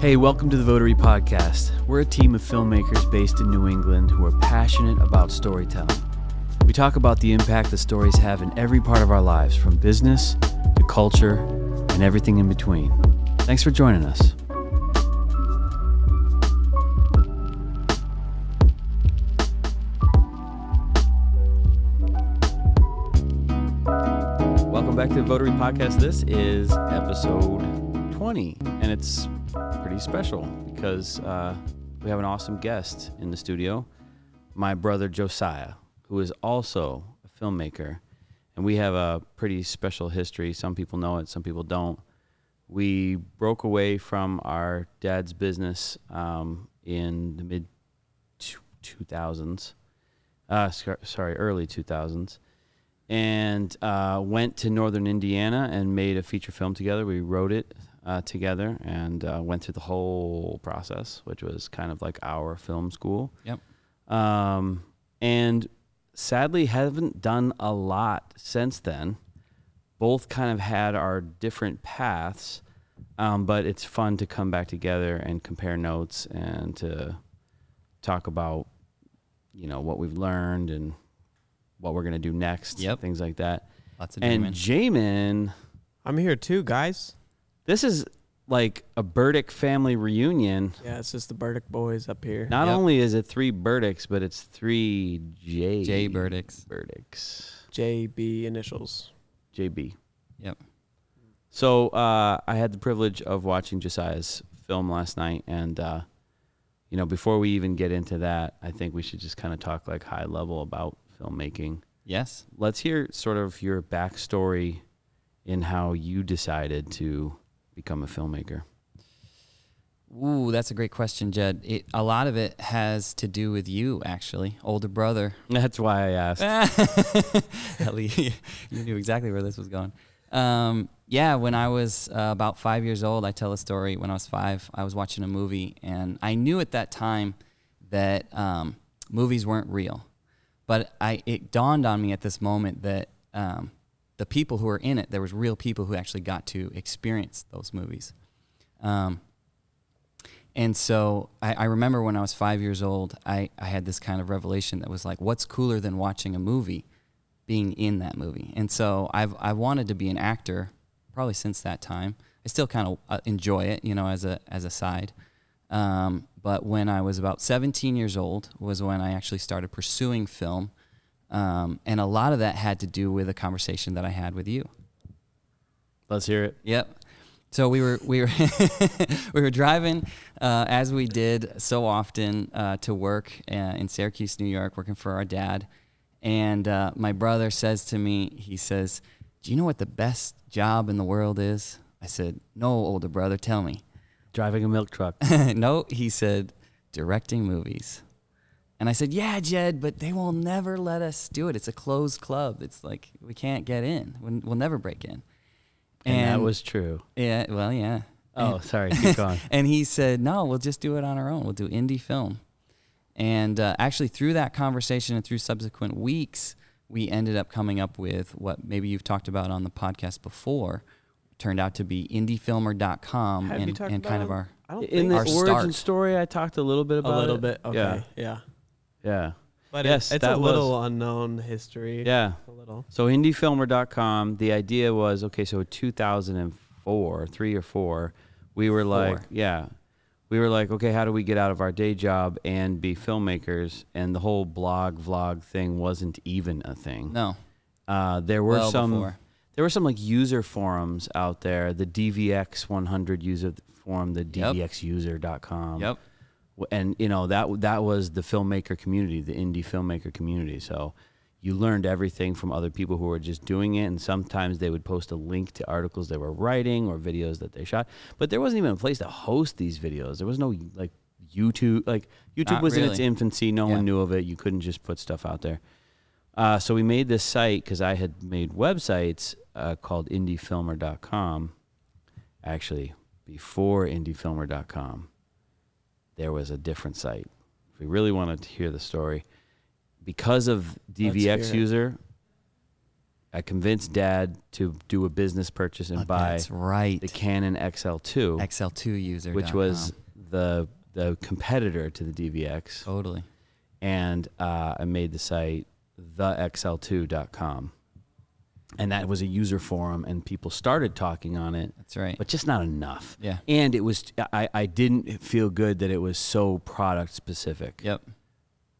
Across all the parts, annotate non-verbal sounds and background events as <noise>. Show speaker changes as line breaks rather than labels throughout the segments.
Hey, welcome to the Votary Podcast. We're a team of filmmakers based in New England who are passionate about storytelling. We talk about the impact the stories have in every part of our lives, from business to culture and everything in between. Thanks for joining us. Welcome back to the Votary Podcast. This is episode 20, and it's pretty special because uh, we have an awesome guest in the studio, my brother Josiah, who is also a filmmaker. And we have a pretty special history. Some people know it, some people don't. We broke away from our dad's business um, in the mid 2000s, uh, sc- sorry, early 2000s and uh, went to northern Indiana and made a feature film together. We wrote it uh, together and uh, went through the whole process, which was kind of like our film school.
Yep.
Um, and sadly, haven't done a lot since then. Both kind of had our different paths, um, but it's fun to come back together and compare notes and to talk about, you know, what we've learned and what we're gonna do next.
Yep.
Things like that.
Lots of
And
Damon.
Jamin,
I'm here too, guys.
this is like a Burdick family reunion.
Yeah, it's just the Burdick boys up here.
Not
Yep.
only is it three Burdicks, but it's three J
Jay Burdicks.
Burdicks.
JB initials.
JB.
Yep.
So uh, I had the privilege of watching Josiah's film last night, and uh, you know, before we even get into that, I think we should just kind of talk like high level about filmmaking.
Yes.
Let's hear sort of your backstory in how you decided to become a filmmaker.
Ooh, that's a great question, Jed. It, a lot of it has to do with you, actually, older brother.
That's why I asked.
Ellie, you knew exactly where this was going. Um, yeah, when I was uh, about five years old, I tell a story. When I was five, I was watching a movie, and I knew at that time that um, movies weren't real. But I, it dawned on me at this moment that um, the people who were in it, there was real people who actually got to experience those movies. Um, and so I, I remember when I was five years old, I, I had this kind of revelation that was like, what's cooler than watching a movie? Being in that movie. And so I've I wanted to be an actor probably since that time. I still kind of uh, enjoy it, you know, as a as a side. Um, but when I was about 17 years old was when I actually started pursuing film. Um, and a lot of that had to do with a conversation that I had with you.
Let's hear it.
Yep. So we were we were <laughs> we were driving uh, as we did so often uh, to work uh, in Syracuse, New York, working for our dad. And uh, my brother says to me, he says, "Do you know what the best job in the world is?" I said, "No, older brother, tell me." <laughs>
Driving a milk <laughs> truck.
no, he said, directing movies. And I said, yeah, Jed, but they will never let us do it. It's a closed club. It's like we can't get in. We'll, we'll never break in.
And, that was <laughs> true.
yeah. Well, yeah.
Oh, sorry. Keep going.
And he said, no, we'll just do it on our own. We'll do indie film. And uh, actually, through that conversation and through subsequent weeks, we ended up coming up with what maybe you've talked about on the podcast before. Turned out to be indiefilmer.com
Have
Mm, and,
you talked
and kind of
about-
our
I
<laughs>
don't
In
think
the
Our
origin
start.
story, I talked a little bit
a
about
little
it.
bit. Okay,
Yeah.
yeah,
Yeah.
But
Yes,
it, it's a
that
little unknown history.
Yeah.
a little.
So indiefilmer.com, the idea was okay, so 2004, 3 or 4, we were like,
Four.
yeah. We were like, okay, how do we get out of our day job and be filmmakers? And the whole blog vlog thing wasn't even a thing.
no
Uh, there were
Well
some
before.
there were some like user forums out there, the DVX 100 user forum, the
Yep.
DVXuser.com.
Yep.
W- and you know that that was the filmmaker community, the indie filmmaker community. So you learned everything from other people who were just doing it, and sometimes they would post a link to articles they were writing or videos that they shot. But there wasn't even a place to host these videos. There was no like YouTube. Like YouTube
Not
was in its
really.
infancy. No
Yeah.
one knew of it. You couldn't just put stuff out there. Uh, so we made this site because I had made websites uh, called indiefilmer.com. Actually, before indiefilmer.com, there was a different site. If we really wanted to hear the story, because of
hear
DVX
it.
user, I convinced dad to do a business purchase and
Uh,
buy
That's right.
the Canon XL2,
XL2 user.
which was the the competitor to the DVX,
totally.
and uh, I made the site thexl2.com, and that was a user forum, and people started talking on it,
That's right.
but just not enough.
yeah.
And it was I, I didn't feel good that it was so product specific.
Yep.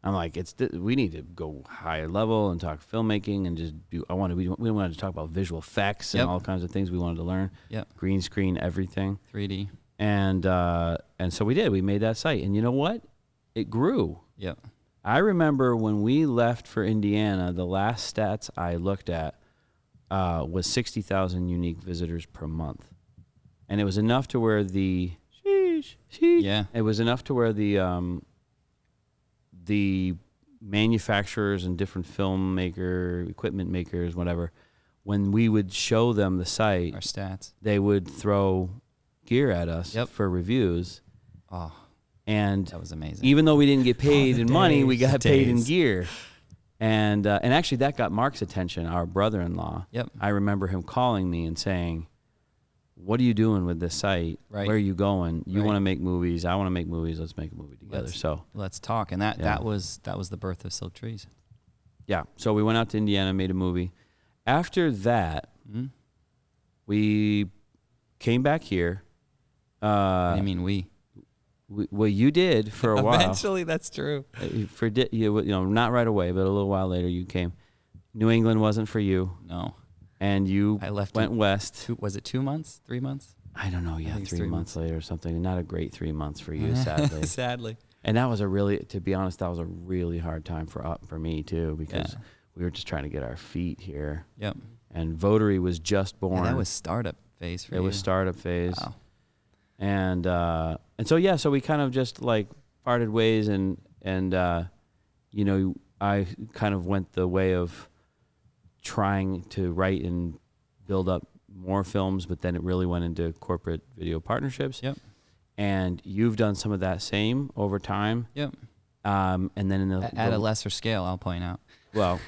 I'm like, it's th- we need to go higher level and talk filmmaking and just do. I wanted we we wanted to talk about visual effects and
Yep.
all kinds of things we wanted to learn.
Yep.
green screen everything,
3D.
and uh, and so we did. We made that site, and you know what? It grew.
Yep.
I remember when we left for Indiana, the last stats I looked at uh, was sixty thousand unique visitors per month, and it was enough to where the sheesh, sheesh,
Yeah.
it was enough to where the um, the manufacturers and different filmmaker equipment makers whatever when we would show them the site
Our stats.
they would throw gear at us
Yep.
for reviews
Oh,
and
that was amazing.
even though we didn't get paid
the
in money we
days,
got
the
paid in
days.
gear and uh, and actually that got mark's attention our brother-in-law
Yep.
i remember him calling me and saying what are you doing with this site
Right.
where are you going you
Right.
want to make movies i want to make movies let's make a movie together
Let's-
so
Let's talk. And that,
Yeah.
that was that was the birth of Silk Trees.
yeah so we went out to indiana made a movie after that
Mm?
we came back here uh,
I mean, we.
we, well you did for a while
Eventually, that's true.
Uh, for di- you, w- you know not right away but a little while later you came new england wasn't for you
No,
and you
I left.
went
in
west
two, was it two months? Three months?
i don't know yeah
think it's
three,
three
months, later or something not a great three months for
<laughs>
you sadly
Sadly.
and that was a really to be honest that was a really hard time for up for me too because
Yeah.
we were just trying to get our feet here
Yep.
and votary was just born
And that was startup phase for
it
you.
was startup phase
Wow.
and uh and so yeah so we kind of just like parted ways and and uh you know i kind of went the way of trying to write and build up more films but then it really went into corporate video partnerships
Yep.
and you've done some of that same over time
Yep.
um and then in the,
A- At
the-
a lesser scale, I'll point out.
<laughs>
<laughs>
well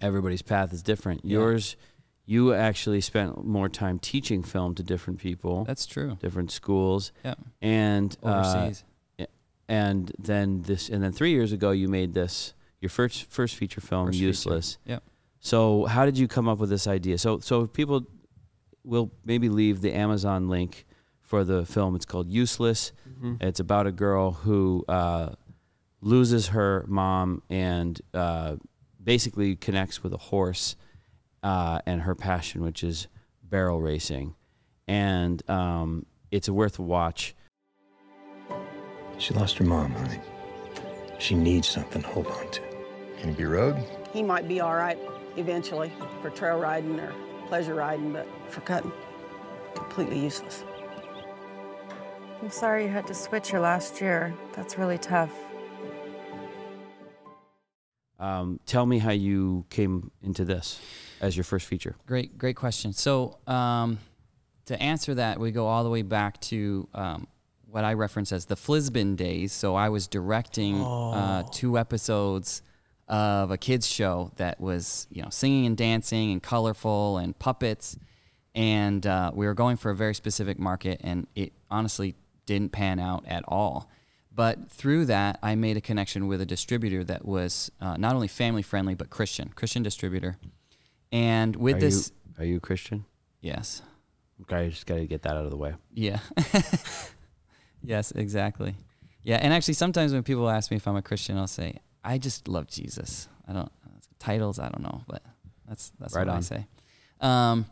everybody's path is different
Yeah.
yours you actually spent more time teaching film to different people
That's true.
different schools
Yep.
and uh,
Overseas.
and then this and then three years ago you made this your first first feature film
First feature,
useless
yep.
so how did you come up with this idea so so if people will maybe leave the amazon link for the film it's called useless
Mm-hmm.
Mhm.
it's about a girl who uh, loses her mom and uh, basically connects with a horse uh, and her passion, which is barrel racing. And um, it's worth a watch.
She lost her mom, honey. She needs something to hold on to.
Can it be rode?
he might be all right eventually for trail riding or pleasure riding, but for cutting, completely useless.
I'm sorry you had to switch her last year. That's really tough.
Um, tell me how you came into this as your first feature.
Great, great question. So, um, to answer that, we go all the way back to um, what I reference as the Flisbin days. So, I was directing uh,
Oh.
two episodes of a kids show that was, you know, singing and dancing and colorful and puppets, and uh, we were going for a very specific market, and it honestly didn't pan out at all. But through that, I made a connection with a distributor that was uh, not only family friendly but Christian, Christian distributor. And with
Are
this,
you, are you a Christian?
Yes.
Okay, I just got to get that out of the way.
Yeah. <laughs> yes, exactly. Yeah, and actually sometimes when people ask me if I'm a Christian, I'll say, I just love Jesus. I don't uh, titles, I don't know, but that's that's
Right
what I
on.
say. Um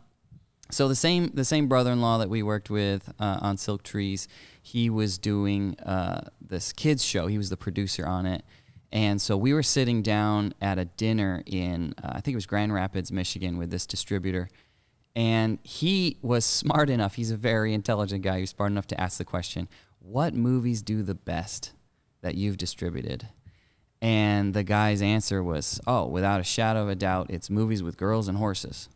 so the same the same brother-in-law that we worked with uh, on Silk Trees, he was doing uh, this kids show. He was the producer on it, and so we were sitting down at a dinner in uh, I think it was Grand Rapids, Michigan, with this distributor, and he was smart enough. He's a very intelligent guy. He was smart enough to ask the question, "What movies do the best that you've distributed?" And the guy's answer was, "Oh, without a shadow of a doubt, it's movies with girls and horses."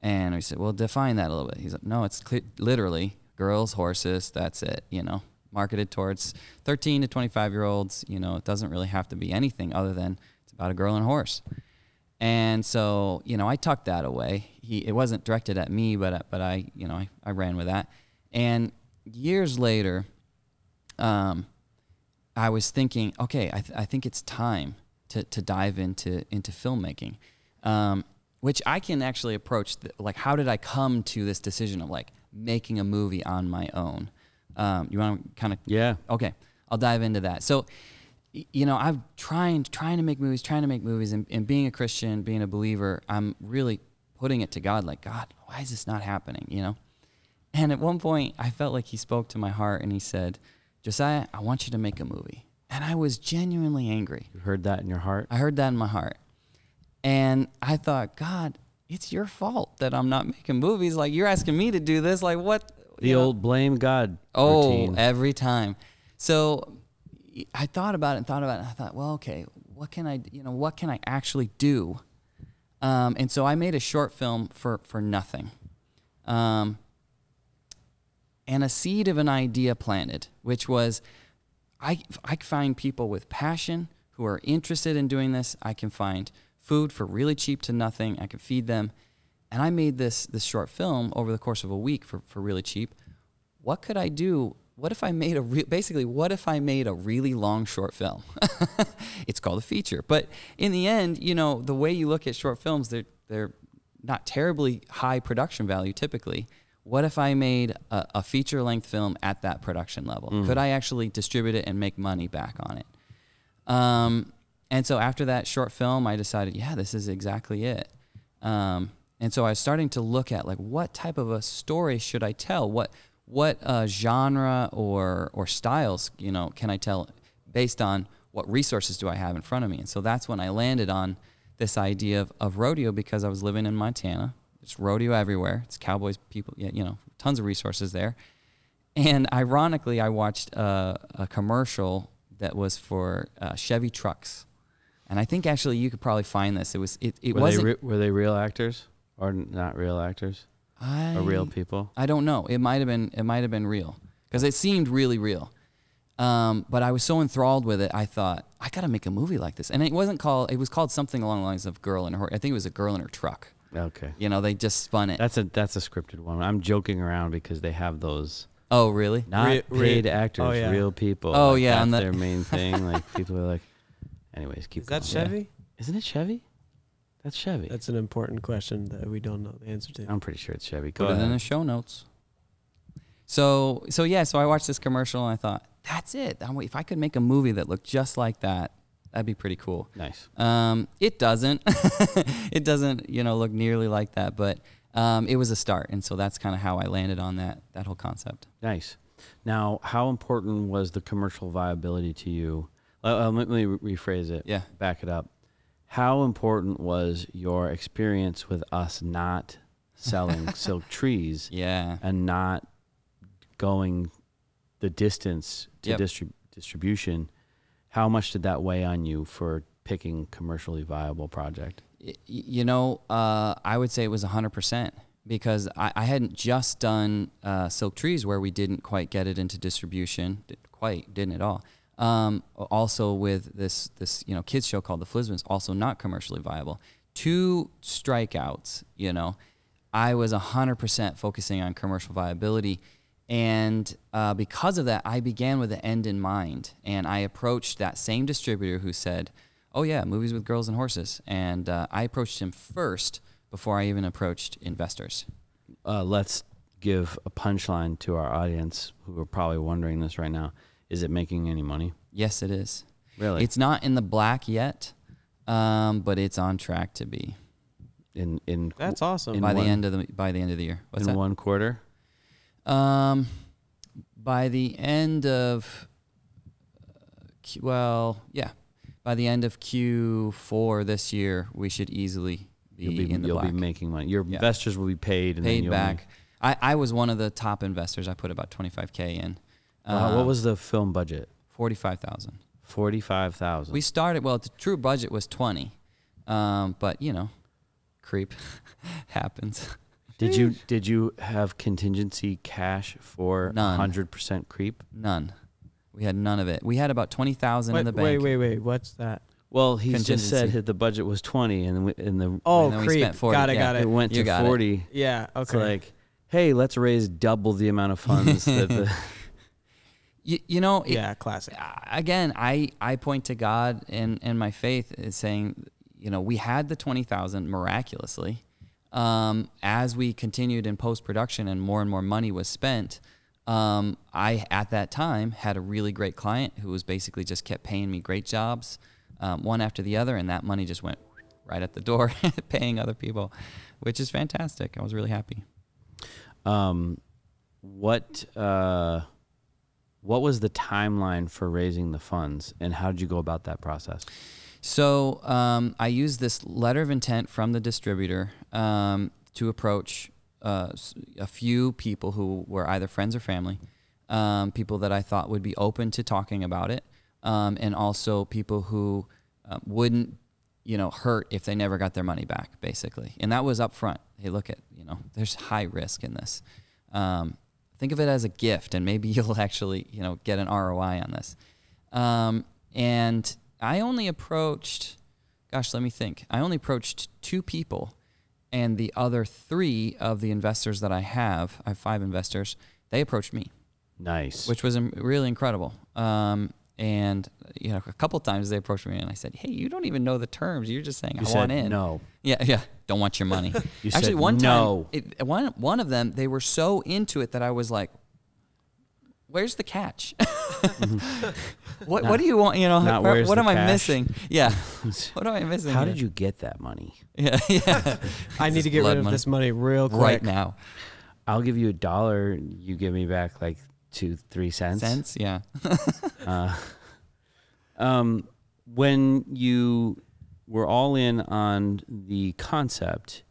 And we said, well, define that a little bit. He's like, no, it's cl- literally girls, horses, that's it, you know, marketed towards 13 to 25 year olds. You know, it doesn't really have to be anything other than it's about a girl and a horse. And so, you know, I tucked that away. He, it wasn't directed at me, but, I- but I, you know, I, I ran with that. And years later, um, I was thinking, okay, I, th- I think it's time to, to dive into, into filmmaking, um, which I can actually approach. The, like, how did I come to this decision of like making a movie on my own? Um, you want to kind of
Yeah.
Okay, I'll dive into that. So, y- you know, I'm trying trying to make movies, trying to make movies, and, and being a Christian, being a believer, I'm really putting it to God, like God, why is this not happening? You know. And at one point, I felt like He spoke to my heart, and He said, "Josiah, I want you to make a movie." And I was genuinely angry.
You heard that in your heart?
I heard that in my heart. And I thought, God, it's your fault that I'm not making movies. Like you're asking me to do this. Like what?
The
you know?
old blame God
Oh,
routine.
every time. So y- I thought about it and thought about it. And I thought, well, okay, what can I, you know, what can I actually do? Um, and so I made a short film for for nothing, um, and a seed of an idea planted, which was, I I find people with passion who are interested in doing this. I can find food for really cheap to nothing. I can feed them, and I made this this short film over the course of a week for for really cheap what could I do? What if I made a re- basically what if I made a really long short film? <laughs> it's called a feature, but in the end, you know the way you look at short films, they're they're not terribly high production value typically. What if I made a, a feature length film at that production level? Could I actually distribute it and make money back on it? Um, and so after that short film, I decided, yeah, this is exactly it. Um, and so I was starting to look at like what type of a story should I tell? What what uh, genre or or styles you know can I tell based on what resources do I have in front of me? And so that's when I landed on this idea of, of rodeo because I was living in Montana. It's rodeo everywhere. It's cowboys, people, you know, tons of resources there. And ironically, I watched a, a commercial that was for uh, Chevy trucks, and I think actually you could probably find this. It was it, it
were, they
wasn't
re- were they real actors or n- not real actors?
I,
Or real people?
I don't know. It might have been it might have been real because it seemed really real. Um, but I was so enthralled with it, I thought I got to make a movie like this. And it wasn't called. It was called something along the lines of "Girl in Her." I think it was a girl in her truck.
Okay.
You know, they just spun it.
That's a that's a scripted one. I'm joking around because they have those
oh, really?
not
Re- re-
paid actors,
oh, yeah.
real people.
Oh,
Like,
yeah,
that's
and the-
their
<laughs>
main thing. Like people are like, anyways, keep
Is that
going.
Chevy?
Isn't it Chevy? That's Chevy.
That's an important question that we don't know the answer to.
Um,
I'm pretty sure it's Chevy. Go
Put it in the
ahead.
show notes. So so yeah, so I watched this commercial and I thought, that's it. I'm, if I could make a movie that looked just like that, that'd be pretty cool.
Nice.
Um, it doesn't. <laughs> it doesn't, you know, look nearly like that, but um, it was a start, and so that's kind of how I landed on that that whole concept.
Nice. Now, how important was the commercial viability to you? Uh, uh, let me re- rephrase it.
Yeah.
Back it up. How important was your experience with us not selling <laughs> silk trees
Yeah.
and not going the distance to
Yep.
distrib- distribution? How much did that weigh on you for picking commercially viable project?
y- you know, uh, I would say it was 100% because I, I hadn't just done uh, Silk Trees where we didn't quite get it into distribution. Didn't quite, didn't at all. Um, also with this, this, you know, kids show called The Flisbans, also not commercially viable. Two strikeouts, you know, I was 100% focusing on commercial viability. And uh, because of that, I began with the end in mind. And I approached that same distributor who said, Oh, yeah, movies with girls and horses. And uh, I approached him first before I even approached investors.
uh, let's give a punchline to our audience who are probably wondering this right now. Is it making any money?
Yes, it is.
Really?
It's not in the black yet, um, but it's on track to be
in in
That's awesome.
in
by
one,
the end of the by the end of the year. What's
in
that?
one quarter.
Um, by the end of, uh, Q, well, yeah, by the end of Q4 this year, we should easily be,
You'll be
in the
you'll
black,
be making money. Your
Yeah.
investors will be paid and then
paid
you'll
back. I, I was one of the top investors. I put about 25k in.
Be, wow, Uh, what
Um,
was the film budget?
45,000?
Forty five thousand.
We started well. The true budget was 20, um, but you know, creep <laughs> happens.
Did you did you have contingency cash for
None.
hundred percent creep?
None. We had none of it. We had about 20,000 in
wait,
the bank.
wait, wait, wait. What's that?
Well, he just said
Contingency.
that the budget was 20 and we, and the
Oh,
then we
creep.
spent 40,
Got it.
yeah.
Got
it
it.
went
You
to
got it.
40.
Yeah. Okay.
It's like, hey, let's raise double the amount of funds that the <laughs>
You, you know, it,
yeah, classic.
again, I, I point to God and, and my faith is saying, you know, we had the 20,000 miraculously. Um, as we continued in post production and more and more money was spent, um, I, at that time, had a really great client who was basically just kept paying me great jobs, um, one after the other, and that money just went right at the door, <laughs> paying other people, which is fantastic. I was really happy.
um what uh what was the timeline for raising the funds and how did you go about that process?
So um, I used this letter of intent from the distributor um, to approach uh, s- a few people who were either friends or family, um, people that I thought would be open to talking about it, um, and also people who uh, wouldn't, you know, hurt if they never got their money back, basically. And that was up front. Hey, look at, you know, there's high risk in this. Um, think of it as a gift, and maybe <laughs> you'll actually, you know, get an ROI on this. Um, and I only approached, gosh, let me think. I only approached two people, and the other three of the investors that I have, I have five investors, they approached me,
Nice.
which was um, really incredible. Um, and you know, a couple times they approached me, and I said, "Hey, you don't even know the terms. You're just saying
you
I
said
want in."
no.
Yeah, yeah. Don't want your money.
<laughs> You
Actually,
said
one
no.
time, it, one one of them, they were so into it that I was like, "Where's the catch? <laughs> what What do you want? You know,
Not
where-
Mm-hmm. where's
what
the
am I
cash.
missing? Yeah,
<laughs>
what am I missing?
How
here?
did you get that money?
<laughs> Yeah,
<laughs>
yeah.
I need to
Just
get
blood
rid of
money.
this money real quick.
right now.
I'll give you a dollar, you give me back like 2 3 cents.
Sense? Yeah.
Um when you were all in on the concept,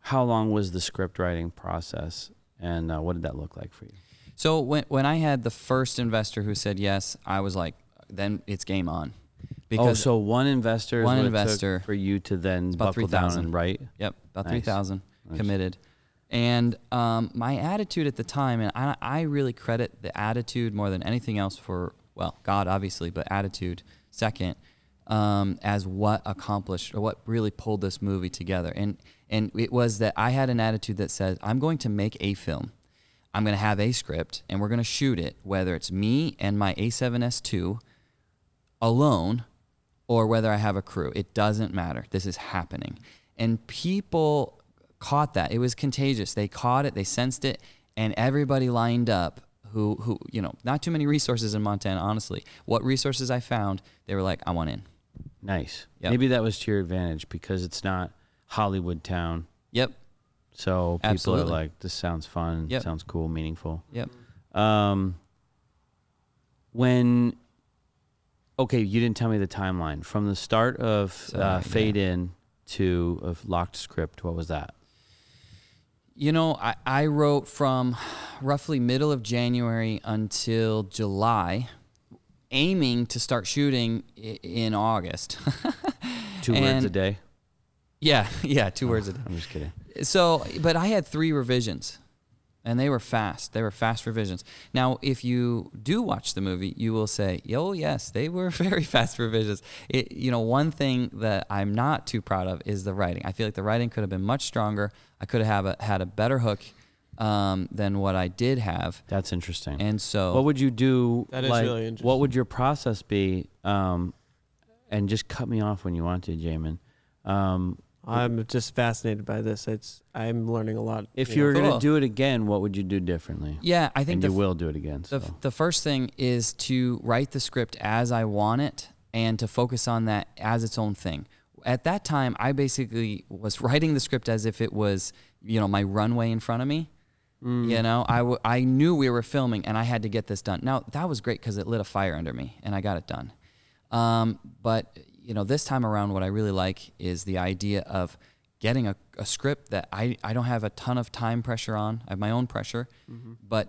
how long was the script writing process and uh, what did that look like for you?
So when when I had the first investor who said yes, I was like, then it's game on.
oh, so one investor is
one
what it took
investor-
for you to then
about
buckle down
3,000.
and write.
Yep, about
Nice.
three thousand committed. And um, my attitude at the time, and I, I really credit the attitude more than anything else for well, God obviously, but attitude second um, as what accomplished or what really pulled this movie together. And and it was that I had an attitude that said, I'm going to make a film. I'm going to have a script, and we're going to shoot it, whether it's me and my A7S2 alone or whether I have a crew. It doesn't matter. This is happening. And people caught that. It was contagious. They caught it, they sensed it, and everybody lined up who who, you know, not too many resources in Montana, honestly. What resources I found, they were like, I want in.
Nice.
Yep.
Maybe that was to your advantage because it's not Hollywood town.
Yep.
So people
Absolutely.
are like, this sounds fun.
Yep.
Sounds cool, meaningful.
Yep.
Um, when, okay, you didn't tell me the timeline. From the start of uh,
Sorry,
Fade In to of Locked Script, what was that?
You know, I, I wrote from roughly middle of January until July, aiming to start shooting i- in August. <laughs>
Two words a
And-
day?
yeah, <laughs> yeah, two words a day.
I'm just kidding.
So, but I had three revisions, and they were fast. They were fast revisions. Now, if you do watch the movie, you will say, "Oh, yes, they were <laughs> very fast revisions." It, you know, one thing that I'm not too proud of is the writing. I feel like the writing could have been much stronger. I could have a, had a better hook um, than what I did have,
That's interesting.
and so
what would you do?
That is
like,
really interesting.
What would your process be? Um, and just cut me off when you want to, Jamin. Um,
I'm just fascinated by this. It's I'm learning a lot.
if
know.
you were going
Cool.
to do it again, what would you do differently?
yeah, I think
and
the
you
f-
will do it again.
The,
So.
the first thing is to write the script as I want it and to focus on that as its own thing. At that time, I basically was writing the script as if it was, you know, my runway in front of me. You know, I, w- I knew we were filming and I had to get this done. Now, that was great because it lit a fire under me and I got it done. Um, but, you know, this time around, what I really like is the idea of getting a, a script that I, I don't have a ton of time pressure on. I have my own pressure, but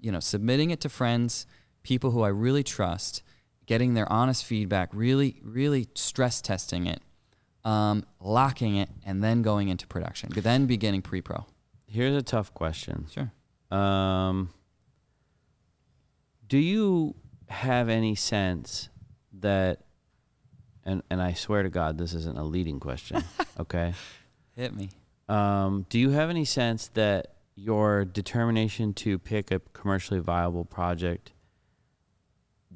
you know, submitting it to friends, people who I really trust, getting their honest feedback, really, really stress testing it, um, locking it, and then going into production, then beginning pre pro.
Here's a tough question.
Sure.
Um, do you have any sense that and and I swear to God, this isn't a leading <laughs> question. okay.
Hit me.
Um, do you have any sense that your determination to pick a commercially viable project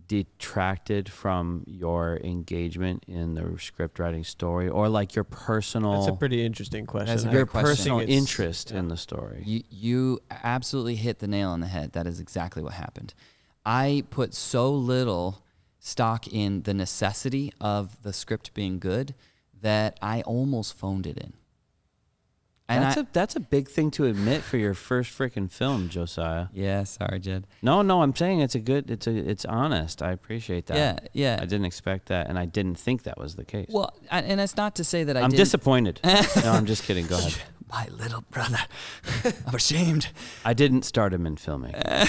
detracted from your engagement in the script writing story, or like your personal
That's a pretty interesting question.
That's a
I
good
your
question.
personal
think it's-
interest in the story?
You, you absolutely hit the nail on the head. That is exactly what happened. I put so little stock in the necessity of the script being good that I almost phoned it in. And
that's
I-
a that's a big thing to admit for your first freaking film, Josiah.
yeah, sorry, Jed.
No, no, I'm saying it's a good, it's a, it's honest. I appreciate that.
Yeah, yeah.
I didn't expect that, and I didn't think that was the case.
Well, I, and it's not to say that I
I'm
didn't- <laughs>
disappointed. no, I'm just kidding. Go ahead.
My little brother, <laughs> I'm ashamed.
I didn't start him in filming.
Uh,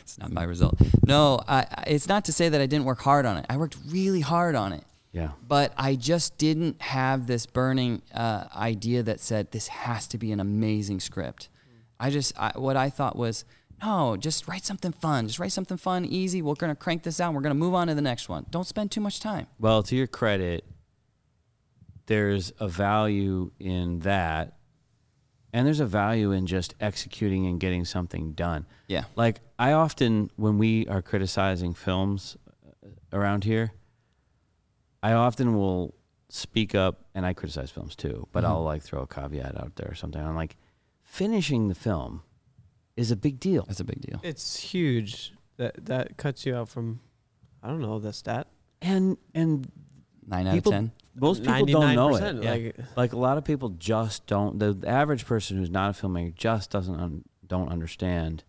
It's not my result. No, I, I- it's not to say that I didn't work hard on it. I worked really hard on it.
Yeah.
But I just didn't have this burning uh, idea that said this has to be an amazing script. I just I, what I thought was no, just write something fun. Just write something fun, easy. We're gonna crank this out. And we're gonna move on to the next one. Don't spend too much time.
Well, to your credit, there's a value in that, and there's a value in just executing and getting something done.
Yeah.
Like I often, when we are criticizing films uh, around here, I often will speak up, and I criticize films too, but I'll like throw a caveat out there or something. I'm like, finishing the film is a big deal.
That's a big deal.
It's huge. That that cuts you out from, I don't know the stat.
And and
Nine out
people,
of ten.
most people don't know it.
99%, Like
like a lot of people just don't the average person who's not a filmmaker just doesn't un, don't understand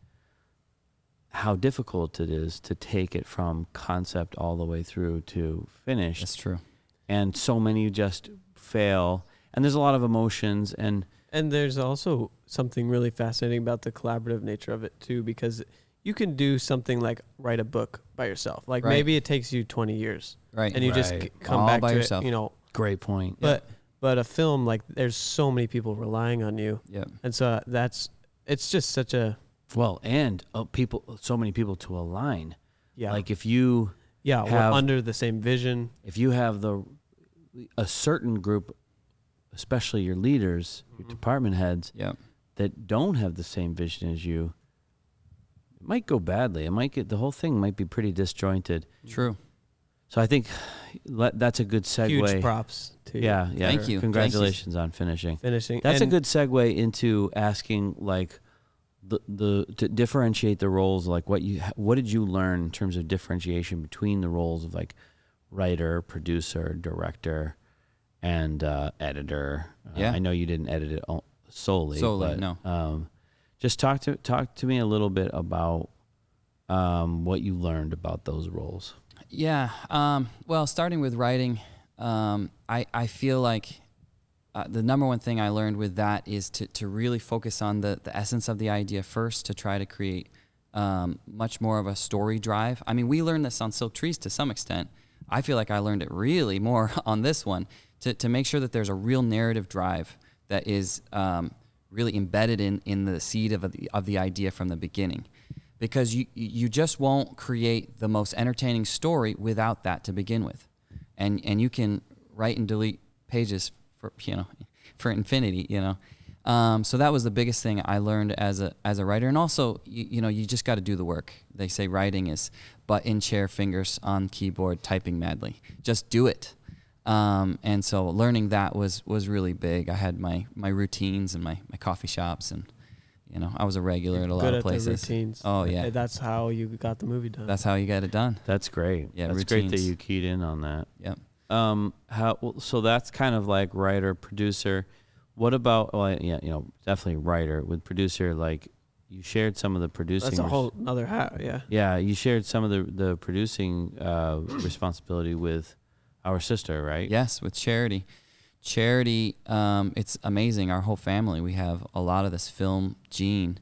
how difficult it is to take it from concept all the way through to finish
That's true.
and so many just fail and there's a lot of emotions and
And there's also something really fascinating about the collaborative nature of it too, because you can do something like write a book by yourself. Like
Right.
maybe it takes you 20 years,
Right.
and you just
Right.
c- come
All
back
by
to
yourself.
it. You know,
great point
but but a film like there's so many people relying on you,
Yep.
and so uh, that's it's just such a
well and uh, people so many people to align
yeah
like if you
yeah we're
have-
under the same vision.
if you have the a certain group especially your leaders
Mm-hmm.
your department heads
Yep.
that don't have the same vision as you, it might go badly. It might get the whole thing might be pretty disjointed.
True.
So I think <sighs> let, that's a good segue.
Huge props to
Yeah, yeah.
Thank you. Thank you.
Congratulations on finishing.
finishing.
That's
And
a good segue into asking like the the to differentiate the roles. Like what you what did you learn in terms of differentiation between the roles of like writer, producer, director, and uh, editor? Uh,
Yeah.
I know you didn't edit it all, solely.
Solely,
but,
no.
Um, just talk to talk to me a little bit about um, what you learned about those roles.
Yeah. Um, well, starting with writing, um, I, I feel like uh, the number one thing I learned with that is to, to really focus on the, the essence of the idea first to try to create um, much more of a story drive. I mean, we learned this on Silk Trees to some extent. I feel like I learned it really more <laughs> on this one to, to make sure that there's a real narrative drive that is um, really embedded in, in the seed of the, of the idea from the beginning because you, you just won't create the most entertaining story without that to begin with. And, and you can write and delete pages for, you know, <laughs> for infinity, you know. Um, so that was the biggest thing I learned as a, as a writer. And also, you, you know, you just got to do the work. They say writing is butt in chair, fingers on keyboard, typing madly. Just do it. Um, and so learning that was, was really big. I had my, my routines and my, my coffee shops and, you know, I was a regular at a lot
good
of
at the
places.
routines.
Oh yeah,
And that's how you got the movie done.
that's how you got it done.
That's great.
Yeah,
that's great that
routines.
you keyed in on that.
Yep.
Um, how well, so that's kind of like writer producer. What about well, yeah, you know, definitely writer with producer. Like you shared some of the producing.
that's a
res-
whole another hat. Yeah.
yeah, you shared some of the the producing
<clears throat>
uh, responsibility with our sister, right?
Yes, with charity. Charity, um, it's amazing. Our whole family, we have a lot of this film gene,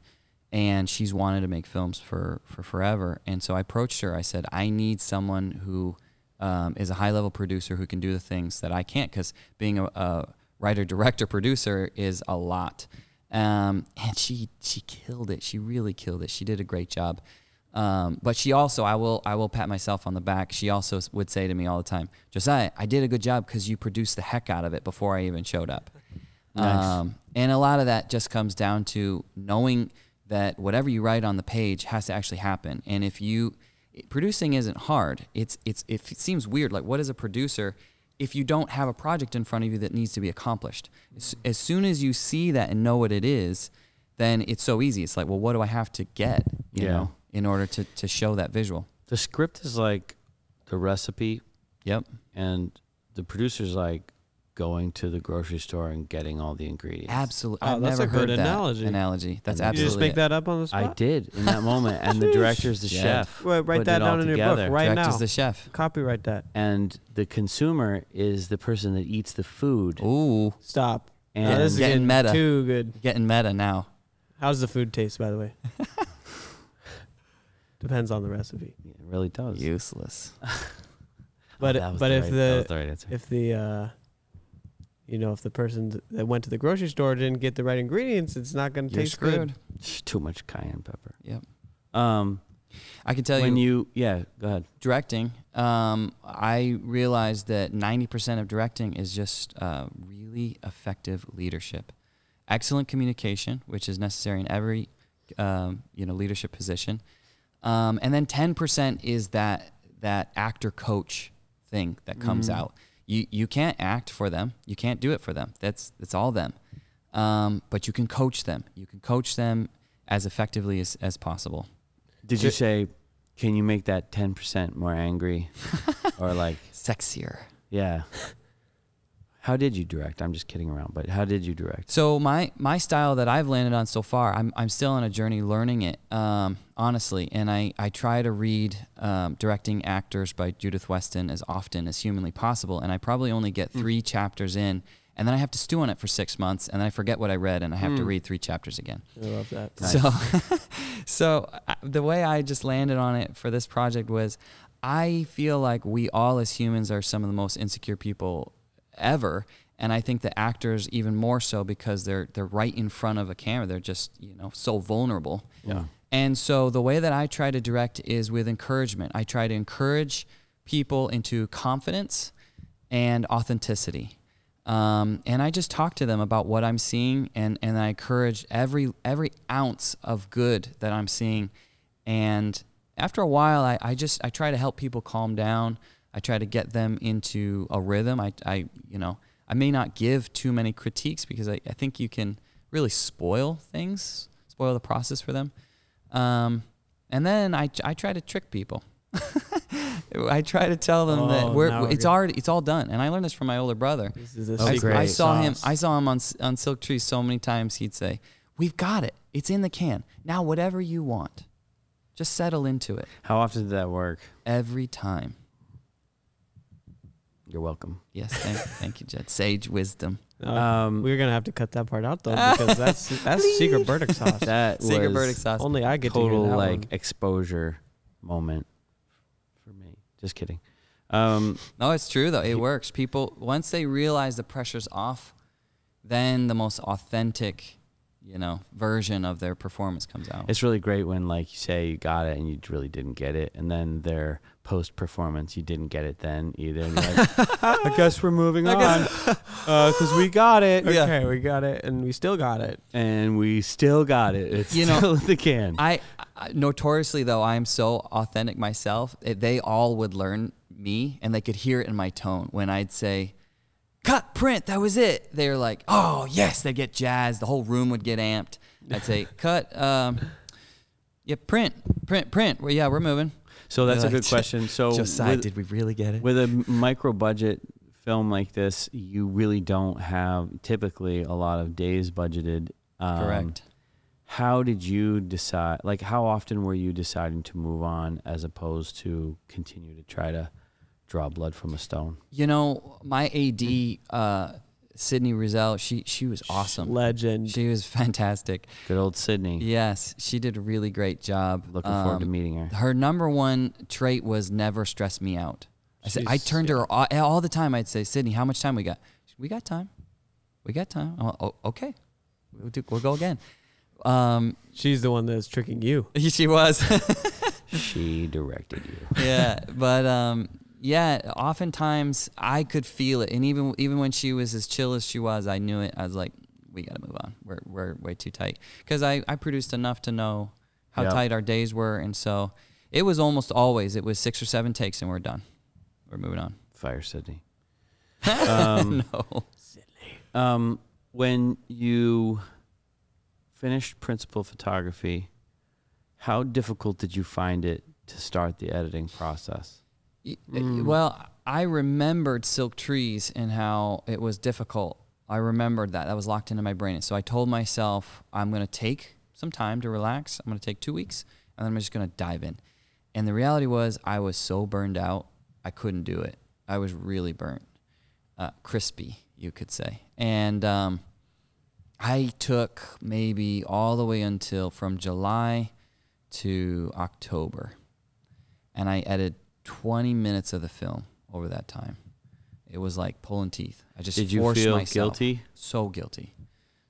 and she's wanted to make films for, for forever. And so I approached her. I said, I need someone who um, is a high level producer who can do the things that I can't, because being a, a writer, director, producer is a lot. Um, and she she killed it. She really killed it. She did a great job. Um, but she also, I will, I will pat myself on the back. She also s- would say to me all the time, Josiah, I did a good job because you produced the heck out of it before I even showed up. Um, and a lot of that just comes down to knowing that whatever you write on the page has to actually happen. And if you it- producing isn't hard, it's it's if it seems weird, like what is a producer? If you don't have a project in front of you that needs to be accomplished, as, as soon as you see that and know what it is, then it's so easy. It's like, well, what do I have to get, you
Yeah.
know, in order to to show that visual?
The script is like the recipe,
Yep.
and the producer's like going to the grocery store and getting all the ingredients.
Absolutely.
Oh,
I've
that's
never
a
heard
good
that
analogy.
Analogy. That's
You
Did you
absolutely.
just make
it.
that up on the
I
spot?
did in that moment, and
<laughs>
the director's the
Yeah.
chef.
Write- write
putting
that
it all
down in your book,
together.
right?
Director's
now.
the chef.
Copyright that.
And the consumer is the person that eats the food.
Oooo.
Stop.
And
Now, this is
Getting
getting
meta.
Too good.
Getting meta now.
How's the food taste, by
<laughs>
the way? Depends on the recipe.
it really does.
Useless.
But
that was
but
the
if
right- that was
the
the right <laughs> answer.
if the uh, you know if the person th- that went to the grocery store didn't get the right ingredients, it's not going to
You're
taste
screwed.
good.
too much cayenne pepper.
Yep.
Um,
I can tell
when
you,
you yeah, go ahead.
directing, um, I realized that 90% of directing is just uh, really effective leadership. Excellent communication, which is necessary in every um, you know leadership position. Um, and then 10% is that that actor coach thing that comes out. You you can't act for them. You can't do it for them. That's that's all them. Um, but you can coach them. You can coach them as effectively as, as possible.
Did you say, can you make that ten percent more <laughs> angry, or like
Sexier.
yeah? How did you direct? I'm just kidding around, but how did you direct?
So my my style that I've landed on so far, I'm I'm still on a journey learning it, um, honestly. And I I try to read um, directing actors by Judith Weston as often as humanly possible. And I probably only get three chapters in, and then I have to stew on it for six months, and then I forget what I read, and I have to read three chapters again.
I love that.
So, <laughs> so I- the way I just landed on it for this project was, I feel like we all as humans are some of the most insecure people ever, and I think the actors even more so because they're they're right in front of a camera. They're just you know so vulnerable. Yeah. And so the way that I try to direct is with encouragement. I try to encourage people into confidence and authenticity. Um, and I just talk to them about what I'm seeing, and, and I encourage every every ounce of good that I'm seeing. And after a while, I, I just I try to help people calm down. I try to get them into a rhythm. I, I you know I may not give too many critiques because I, I think you can really spoil things, spoil the process for them. Um, and then I, I try to trick people. <laughs> I try to tell them
Oh,
that
now
we're,
we're
it's
good.
already it's all done. And I learned this from my older brother.
This is a
Oh,
I,
secret
I saw him.
sauce.
I saw him on S- on Silk Tree so many times. He'd say, "We've got it. It's in the can. Now, whatever you want, just settle into it."
How often did that work?
Every time.
You're welcome.
Yes, thank, <laughs> thank you, Jed. Sage wisdom.
Uh,
Um,
we're gonna have to cut that part
<laughs>
out though because that's that's secret burdick sauce.
That
Secret
was
verdict sauce.
Only I get
total
to hear that
like
one.
exposure moment for me. Just kidding. Um,
No, it's true though. It works. People once they realize the pressure's off, then the most authentic, you know, version of their performance comes out.
It's really great when like you say you got it and you really didn't get it, and then their post performance you didn't get it then either. And you're
<laughs>
like, I guess we're moving on <laughs>
Uh,
because we got it
Okay, we got it, and we still got it.
and we still got it. It's
You know,
still in the can.
I, I notoriously though I am so authentic myself. It, they all would learn me, and they could hear it in my tone when I'd say, "Cut print." That was it. They're like, "Oh yes!" They get jazzed. The whole room would get amped. I'd <laughs> say, "Cut." Um, yeah, print, print, print. Well, yeah, we're moving.
so that's a
They're like,
good
<laughs>
question. So
Josiah,
with-
did we really get it?
With a m- micro budget film like this, you really don't have typically a lot of days budgeted. Um,
Correct.
How did you decide? Like, how often were you deciding to move on as opposed to continue to try to draw blood from a stone?
You know, my AD, uh, Sydney Rizal, she she was awesome.
Legend.
She was <laughs> fantastic.
Good old Sydney.
Yes, she did a really great job.
Looking forward to
Um,
meeting
<laughs>
her.
Her number one trait was never stress me out. I said I turned to her all, all the time. I'd say, Sydney, how much time we got? She- We got time. We got time. Oh, oh, okay, we'll, do, we'll go again. Um,
She's the one that's tricking you.
she was.
she directed you.
yeah, but um, yeah, oftentimes I could feel it, and even even when she was as chill as she was, I knew it. I was like, we got to move on. We're we're way too tight because I I produced enough to know how
Yeah.
tight our days were, and so it was almost always it was six or seven takes, and we're done. We're moving on.
Fire Sydney.
no,
Um, when you finished principal photography, how difficult did you find it to start the editing process?
Y- eh, Well, I remembered Silk Trees and how it was difficult. I remembered that. That was locked into my brain. And so I told myself, I'm going to take some time to relax. I'm going to take two weeks and then I'm just going to dive in. And the reality was, I was so burned out, I couldn't do it. I was really burnt, uh, crispy, you could say. And, um, I took maybe all the way until from July to October. And I edited 20 minutes of the film over that time. It was like pulling teeth. I just
Did you
forced
feel
myself.
guilty?
So guilty.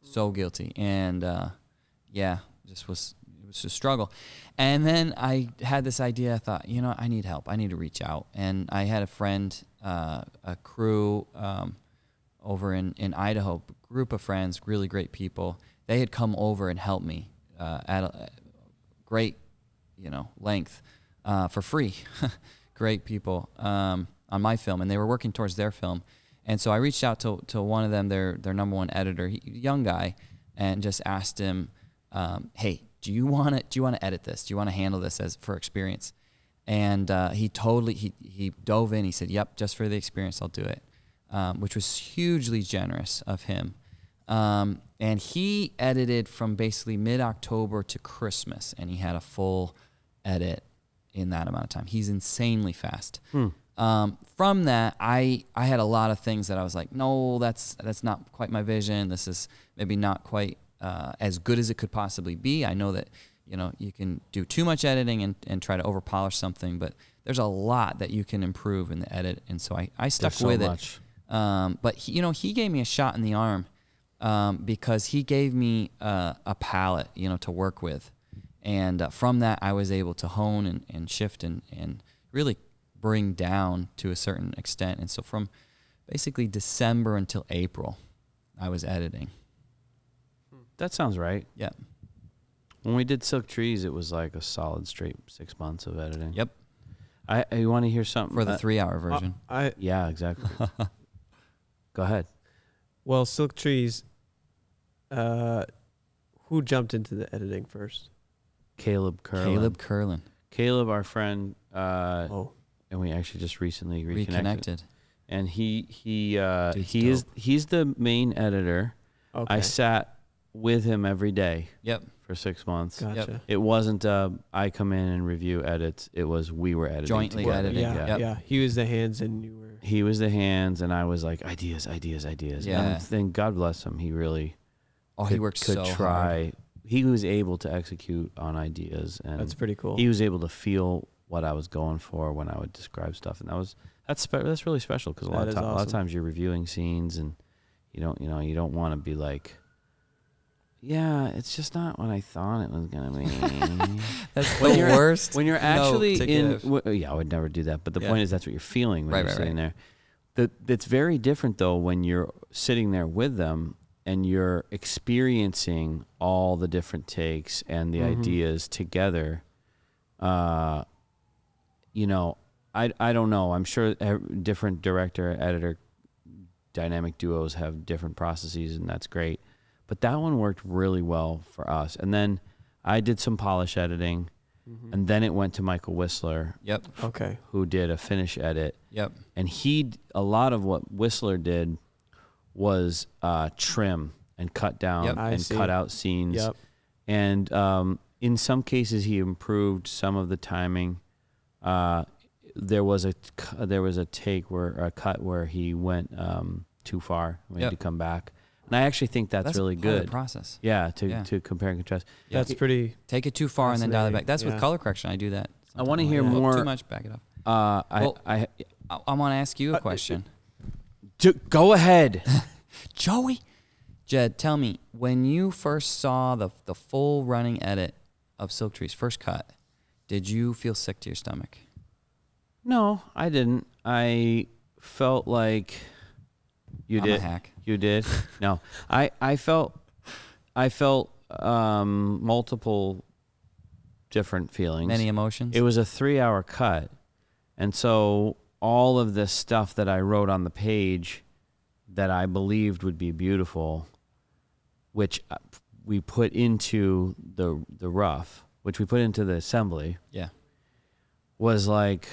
So guilty. And uh, yeah, just was it was a struggle. And then I had this idea. I thought, you know, I need help. I need to reach out. And I had a friend, uh, a crew um, over in, in Idaho, group of friends, really great people. They had come over and helped me uh, at a great, you know, length uh, for free. <laughs> great people um, on my film, and they were working towards their film. And so I reached out to, to one of them, their their number one editor, he, young guy, and just asked him, um, "Hey, do you want to do you want to edit this? Do you want to handle this as for experience?" And uh, he totally he he dove in. He said, "Yep, just for the experience, I'll do it," um, which was hugely generous of him. Um, and he edited from basically mid October to Christmas, and he had a full edit in that amount of time. He's insanely fast.
Hmm.
Um, from that, I I had a lot of things that I was like, no, that's that's not quite my vision. This is maybe not quite uh, as good as it could possibly be. I know that you know you can do too much editing and, and try to over polish something, but there's a lot that you can improve in the edit, and so I I stuck
There's so
with it.
much.
Um, but he, you know, he gave me a shot in the arm um, because he gave me uh, a palette, you know, to work with, and uh, from that I was able to hone and, and shift and and really bring down to a certain extent. And so from basically December until April, I was editing.
That sounds right.
Yeah.
When we did Silk Trees, it was like a solid straight six months of editing.
Yep.
I, I want to hear something
For the
uh,
three-hour version.
I
Yeah, exactly.
<laughs>
Go ahead.
well, Silk Trees. Uh, who jumped into the editing first?
Caleb uh, Curlin.
Caleb Curlin
Caleb, our friend, uh,
Oh,
and we actually just recently reconnected.
reconnected.
And he he uh,
Dude's
he is he's the main editor.
okay.
I sat with him every day
Yep.
for six months.
gotcha.
It wasn't uh, I come in and review edits. It was we were editing
Jointly
together.
editing,
Yeah,
Yep.
yeah. He was the hands, and you were.
He was the hands, and I was like ideas, ideas, ideas.
Yeah.
And then God bless him. He really
Oh,
could,
he worked
could
so hard.
try. He was able to execute on ideas, and
That's pretty cool.
he was able to feel what I was going for when I would describe stuff, and that was that's spe- that's really special because a lot of
That is
ti- a lot of
awesome.
times you're reviewing scenes and you don't you know you don't want to be like, yeah, it's just not what I thought it was gonna
<laughs>
be.
That's
When
the
you're-
worst.
when you're
note
actually
to
in,
give.
w- yeah, I would never do that. But the
Yeah.
point is that's what you're feeling when
Right,
you're
right,
sitting there. The, it's very different though when you're sitting there with them and you're experiencing all the different takes and the
Mm-hmm.
ideas together. Uh, you know, I, I don't know. I'm sure ev- different director editor dynamic duos have different processes, and that's great. But that one worked really well for us. And then I did some polish editing,
Mm-hmm.
and then it went to Michael Whistler,
Yep.
okay.
who did a finish edit.
Yep.
And he, d- a lot of what Whistler did was uh, trim and cut down
Yep.
I
and
see.
cut out scenes.
Yep.
And um, in some cases, he improved some of the timing. Uh, there was a c- there was a take where a cut where he went um, too far. We
Yep.
had to come back, and I actually think that's, really
part of the
good.
process.
Yeah, to,
Yeah.
to compare and contrast.
Yeah.
That's pretty.
Take it too far and then dial it
Fascinating.
back. That's with
Yeah.
color correction. I do that.
I wanna
sometimes.
hear
Well,
more-
Too much. Back it up.
Uh,
Well-
I, I
I, I want to ask
Uh,
you a question,
<laughs> Ju- go
<laughs>
ahead.
Joey. Jed, tell me when you first saw the the full running edit of Silk Tree's first cut, Did you feel sick to your stomach?
No, I didn't. I felt like you
I'm
did.
A hack.
You did? No. I, I felt I felt um, multiple different feelings.
Many emotions.
it was a three hour cut. And so all of this stuff that I wrote on the page that I believed would be beautiful, which uh, we put into the the rough, which we put into the assembly,
yeah.
was like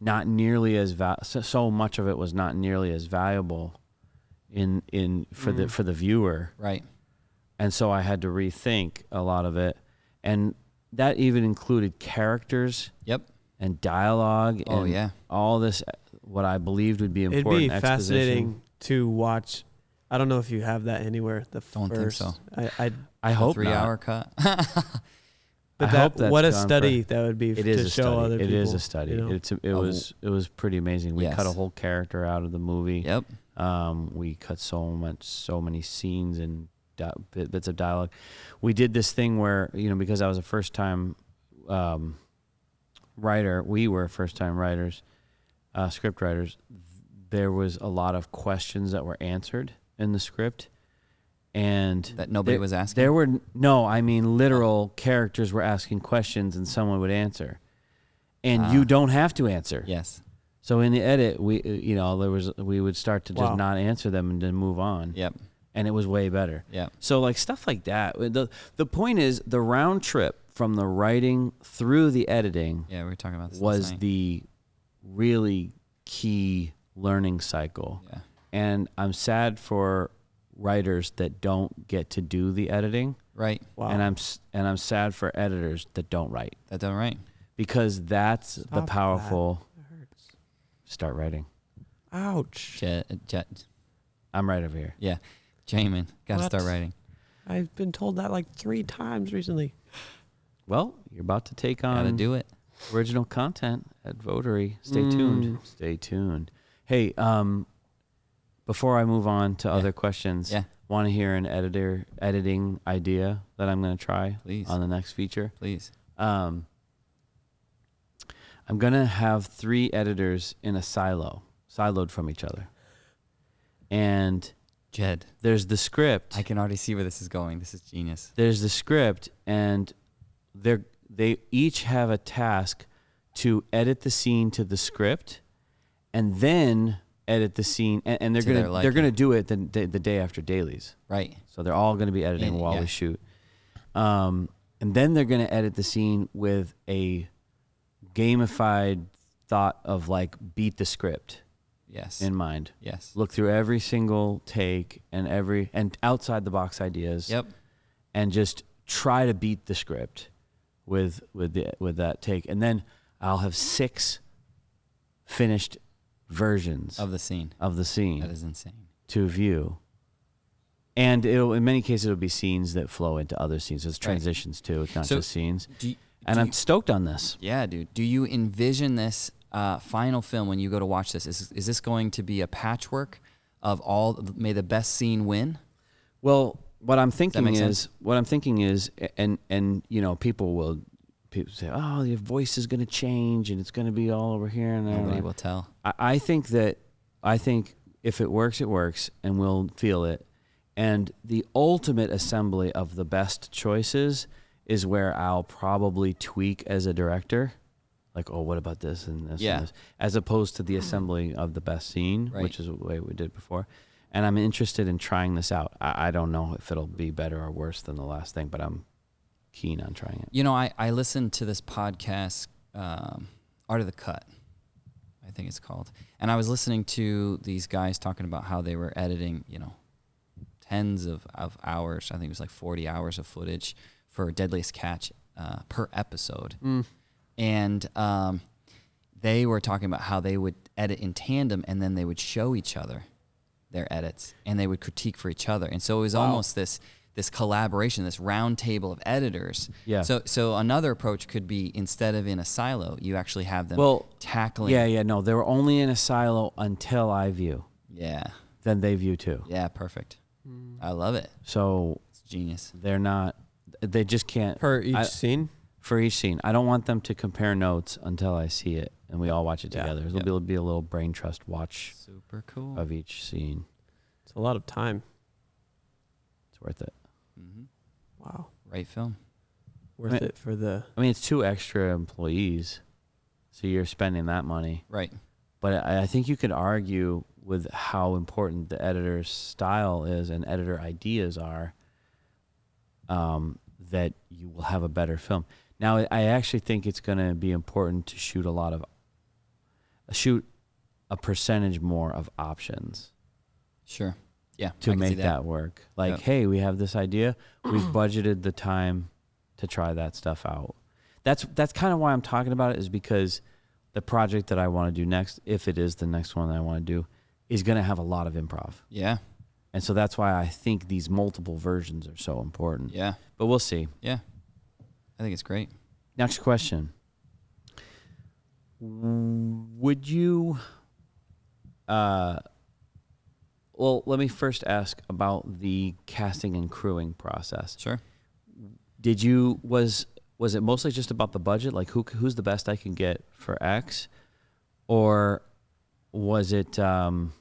not nearly as val- so, so much of it was not nearly as valuable in in for
Mm.
the for the viewer
Right.
and so I had to rethink a lot of it, and that even included characters
Yep.
and dialogue.
Oh,
and
yeah.
all this what I believed would be
It'd
important.
be
exposition.
fascinating to watch. I don't know if you have that anywhere. The
Don't think
first,
so.
I, I
I
A
hope
three
not.
hour cut. <laughs>
I
but
hope
that
that's
what a
gone for-
study that would be
It
to
is a
show
study.
other people.
it is a study.
you know?
It's a, it
Oh.
was it was pretty amazing. We cut a
Yes.
whole character out of the movie.
yep.
Um, we cut so much, so many scenes and di- bit, bits of dialogue. We did this thing where you know because I was a first time um, writer, we were first time writers, uh, script writers. There was a lot of questions that were answered in the script, and
That nobody
there-
was asking.
There were no, I mean literal characters were asking questions and someone would answer, and
Ah.
you don't have to answer.
Yes.
So in the edit, we uh, you know there was we would start to just
Wow.
not answer them and then move on.
Yep.
And it was way better.
Yep.
So like stuff like that. uh, The the point is the round trip from the writing through the editing
Yeah, we were talking about this. last
was
night.
the really key learning cycle.
Yeah.
And I'm sad for writers that don't get to do the editing,
Right.
wow.
and I'm s- and I'm sad for editors that don't write
That's all right.
because that's
Stop
the
that.
powerful
That hurts.
start writing.
Ouch!
Jet, jet,
I'm right over here.
yeah. Jamin, got to
What?
start writing.
I've been told that like three times recently.
Well, you're about to take
Got to
on
do it.
original content at Votery. Stay tuned.
Mm.
Stay tuned. Hey, um, before I move on to other questions,
Yeah.
want to hear an editor editing idea that I'm going to try
Please.
on the next feature.
Please.
Um, I'm gonna have three editors in a silo, siloed from each other, and
Jed,
there's the script.
I can already see where this is going. This is genius.
there's the script and they they each have a task to edit the scene to the script and then edit the scene and, and they're
To their
going to they're
liking.
going to do it the, day- the day after dailies
Right.
so they're all going to be editing
And-
while
yeah.
we shoot um, and then they're going to edit the scene with a gamified thought of like beat the script
Yes.
in mind
yes.
look through every single take and every and outside the box ideas
Yep.
and just try to beat the script with with the with that take and then I'll have six finished versions
Of
of,
the scene.
the
That
scene
is insane.
to view and it'll in many cases it'll be scenes that flow into other scenes it's
Right.
transitions too it's not
So,
just scenes
Do you,
and
do
I'm
you-
stoked on this
yeah, dude. Do you envision this uh, final film when you go to watch this? Is is this going to be a patchwork of all? May the best scene win.
Well, what I'm thinking
make
is,
sense?
what I'm thinking is, and and you know, people will people say, oh, your voice is going to change and it's going to be all over here, and
Nobody
I,
will tell.
I, I think that I think if it works, it works, and we'll feel it. And the ultimate assembly of the best choices is where I'll probably tweak as a director, like, oh, what about this and this,
Yeah.
and this as opposed to the assembly of the best scene,
Right.
which is the way we did before. And I'm interested in trying this out. I, I don't know if it'll be better or worse than the last thing, but I'm keen on trying it.
You know, I, I listened to this podcast, um, Art of the Cut, I think it's called. And I was listening to these guys talking about how they were editing, you know, tens of, of hours. I think it was like 40 hours of footage for Deadliest Catch uh, per episode.
Mm.
And um, they were talking about how they would edit in tandem and then they would show each other their edits and they would critique for each other. And so it was almost this this collaboration, this round table of editors.
Yeah.
So so another approach could be instead of in a silo, you actually have them
Well,
tackling
Yeah, yeah, no, they were only in a silo until I view,
Yeah.
then they view too.
Yeah, perfect. I love it.
So
It's genius.
they're not, they just can't
Per each
I-
scene.
for each scene. I don't want them to compare notes until I see it and we all watch it
Yeah.
together. It'll be, it'll be a little brain trust watch
Super cool.
of each scene.
It's a lot of time.
It's worth it.
hmm
Wow.
Right film.
Worth
mean-
it for the
I mean, it's two extra employees, so you're spending that money.
Right.
But I, I think you could argue with how important the editor's style is and editor ideas are um, that you will have a better film. Now, I- I actually think it's going to be important to shoot a lot of, shoot a percentage more of options
Sure. Yeah.
to
I can see
make that. work. Like,
Yep.
hey, we have this idea.
<clears throat>
We've budgeted the time to try that stuff out. That's that's kind of why I'm talking about it is because the project that I want to do next, if it is the next one that I want to do, is going to have a lot of improv.
Yeah.
And so that's why I think these multiple versions are so important.
Yeah.
But we'll see.
Yeah. I think it's great.
Next question. Would you uh well, let me first ask about the casting and crewing process.
Sure.
Did you was was it mostly just about the budget like who c- who's the best I can get for X or was it um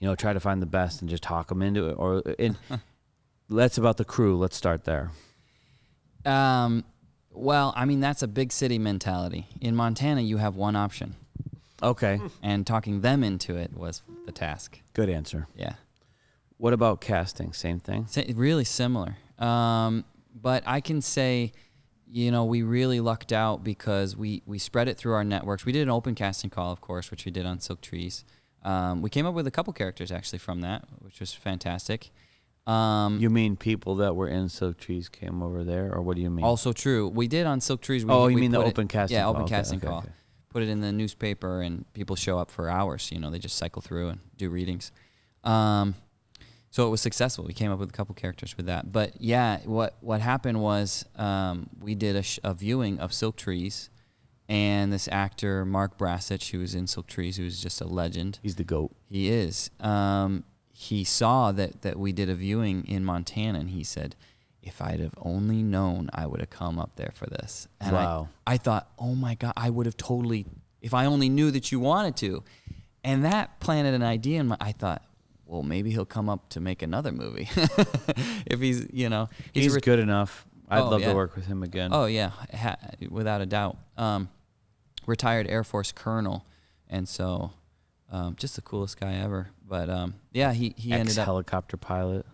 you know try to find the best and just talk them into it or and <laughs> that's about the crew. Let's start there.
Um, well, I mean, that's a big city mentality. In Montana, you have one option,
Okay.
and talking them into it was the task.
Good answer.
Yeah.
What about casting? Same thing.
Sa- Really similar. Um, but I can say, you know, we really lucked out because we, we spread it through our networks. We did an open casting call, of course, which we did on Silk Trees. Um, we came up with a couple characters actually from that, which was fantastic. Um,
You mean people that were in Silk Trees came over there, or what do you mean?
Also true. We did on Silk Trees. We,
Oh, you
we
mean the
put it-
open casting
Yeah,
call.
open
Okay,
casting
okay,
call.
okay.
Put it in the newspaper, and people show up for hours. You know, they just cycle through and do readings. Um, so it was successful. We came up with a couple characters with that. But yeah, what what happened was um, we did a, sh- a viewing of Silk Trees, and this actor Mark Brassich, who was in Silk Trees, who was just a legend.
He's the goat.
He is. Um, he saw that that we did a viewing in Montana, and he said, "If I'd have only known, I would have come up there for this." And
Wow.
I, I thought, "Oh my God, I would have totally. If I only knew that you wanted to," and that planted an idea in my. I thought. Well, maybe he'll come up to make another movie <laughs> if he's, you know,
He's,
a ret-
good enough. I'd
Oh,
love
yeah.
to work with him again.
Oh yeah, ha- without a doubt. Um, retired Air Force colonel, and so um, just the coolest guy ever. But um, yeah, he he
Ex
ended up.
helicopter pilot.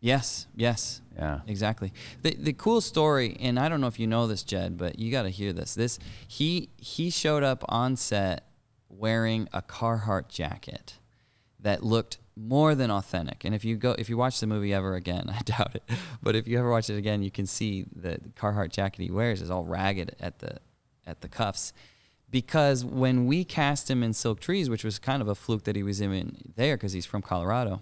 Yes, yes,
Yeah.
exactly. The the cool story, and I don't know if you know this, Jed, but you got to hear this. This he he showed up on set wearing a Carhartt jacket that looked more than authentic. And if you go, if you watch the movie ever again, <laughs> I doubt it, but if you ever watch it again, you can see that the Carhartt jacket he wears is all ragged at the at the cuffs. Because when we cast him in Silk Trees, which was kind of a fluke that he was even there because he's from Colorado,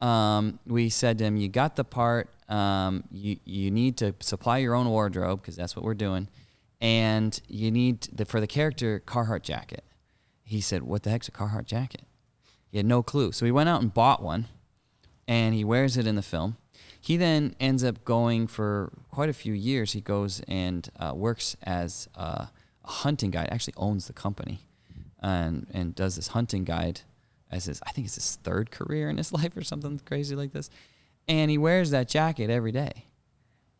um, we said to him, "You got the part. Um, you you need to supply your own wardrobe because that's what we're doing, and you need the, for the character Carhartt jacket." He said, "What the heck's a Carhartt jacket?" He had no clue, so he went out and bought one, and he wears it in the film. He then ends up going for quite a few years. He goes and uh, works as a, a hunting guide. Actually, owns the company, and and does this hunting guide as his I think it's his third career in his <laughs> life or something crazy like this. And he wears that jacket every day.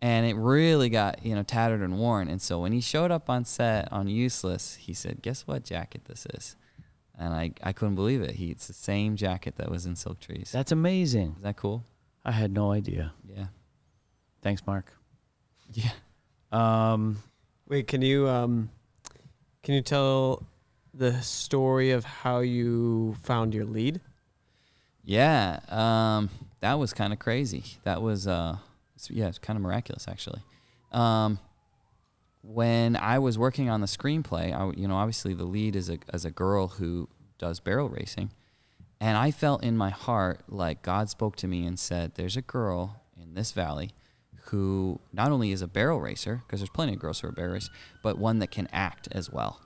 And it really got, you know, tattered and worn. And so when he showed up on set on Useless, he said, Guess what jacket this is? And I, I couldn't believe it. He it's the same jacket that was in Silk Trees.
That's amazing.
is that cool?
I had no idea.
Yeah.
Thanks, Mark.
Yeah.
Um,
Wait, can you um can you tell the story of how you found your lead?
Yeah, um, that was kind of crazy. That was, uh, it's- yeah, it's kind of miraculous actually. Um, when I was working on the screenplay, I, w- you know, obviously the lead is a as a girl who does barrel racing, and I felt in my heart like God spoke to me and said, "There's a girl in this valley." Who not only is a barrel racer, because there's plenty of girls who are barrel racers, but one that can act as well.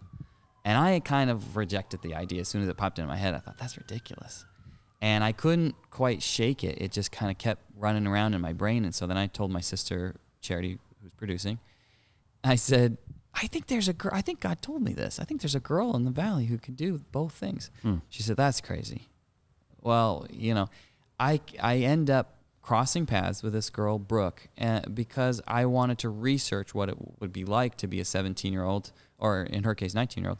And I had kind of rejected the idea as soon as it popped into my head. I thought, that's ridiculous. And I couldn't quite shake it. It just kind of kept running around in my brain. And so then I told my sister, Charity, who's producing, uh, I said, I think there's a girl. I think God told me this. I think there's a girl in the valley who can do both things. She said, That's crazy. Well, you know, I, I end up crossing paths with this girl, Brooke, uh, because I wanted to research what it would be like to be a 17 year old, or in her case, 19 year old,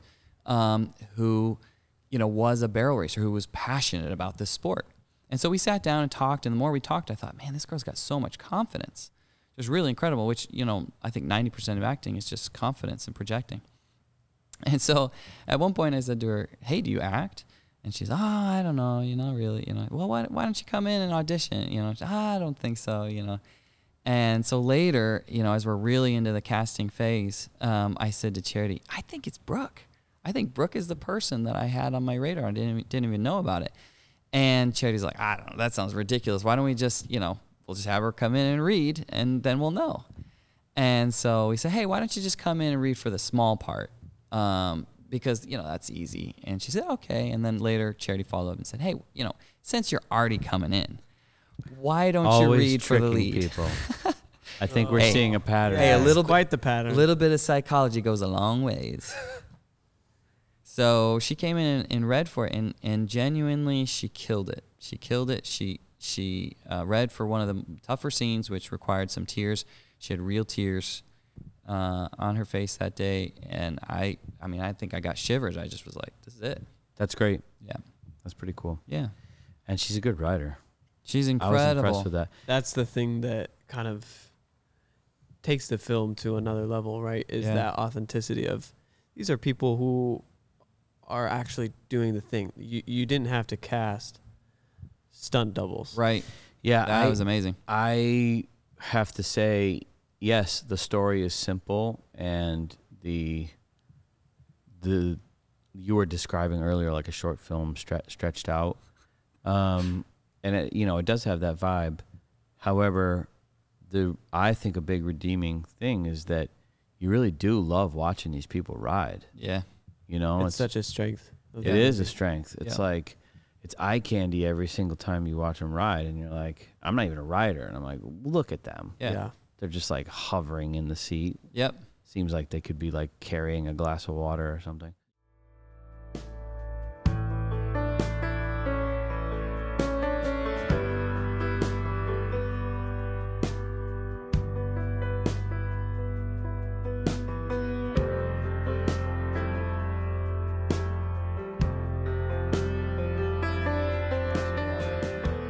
um, who, you know, was a barrel racer, who was passionate about this sport. And so we sat down and talked. And the more we talked, I thought, man, this girl's got so much confidence just really incredible, which, you know, I think 90% of acting is just confidence and projecting. <laughs> And so at one point I said to her, Hey, do you act? And she's, Ah, I don't know, you know, really, you know, well, why, why don't you come in and audition? You know, ah, I don't think so, you know. And so later, you know, as we're really into the casting phase, um, I said to Charity, I think it's Brooke. I think Brooke is the person that I had on my radar. I didn't, even- didn't even know about it. And Charity's like, I don't know, that sounds ridiculous. Why don't we just, you know, we'll just have her come in and read and then we'll know. And so we said, hey, why don't you just come in and read for the small part? Um, because, you know, that's easy. And she said, okay. And then later Charity followed up and said, hey, you know, since you're already coming in, why don't
Always
you read for the
tricking
lead?
people.
<laughs>
I think we're
Hey.
seeing a pattern.
Hey, a little bit,
Quite the pattern.
a little bit of psychology goes a
<laughs>
long ways. so she came in and, and read for it, and, and genuinely, she killed it. She killed it. She she uh, read for one of the tougher scenes, which required some tears. She had real tears uh, on her face that day, and I I mean, I think I got shivers. I just was like, this is it.
That's great.
Yeah,
That's pretty cool.
yeah.
And she's a good writer.
She's
I was impressed
incredible.
with that.
That's the thing that kind of takes the film to another level, right? Is
Yeah.
that authenticity of these are people who are actually doing the thing. You you didn't have to cast stunt doubles.
Right,
Yeah,
that
I,
was amazing.
I have to say, yes, the story is simple, and the the you were describing earlier, like a short film stre- stretched out, um, and it, you know it does have that vibe. However, the I think a big redeeming thing is that you really do love watching these people ride.
Yeah,
You know,
It's, such a strength. of
it
that
is a
movie.
strength. It's
Yeah.
like it's eye candy every single time you watch them ride, and you're like, I'm not even a rider, and I'm like, look at them.
yeah,
yeah.
They're just like hovering in the seat.
yep.
Seems like they could be like carrying a glass of water or something.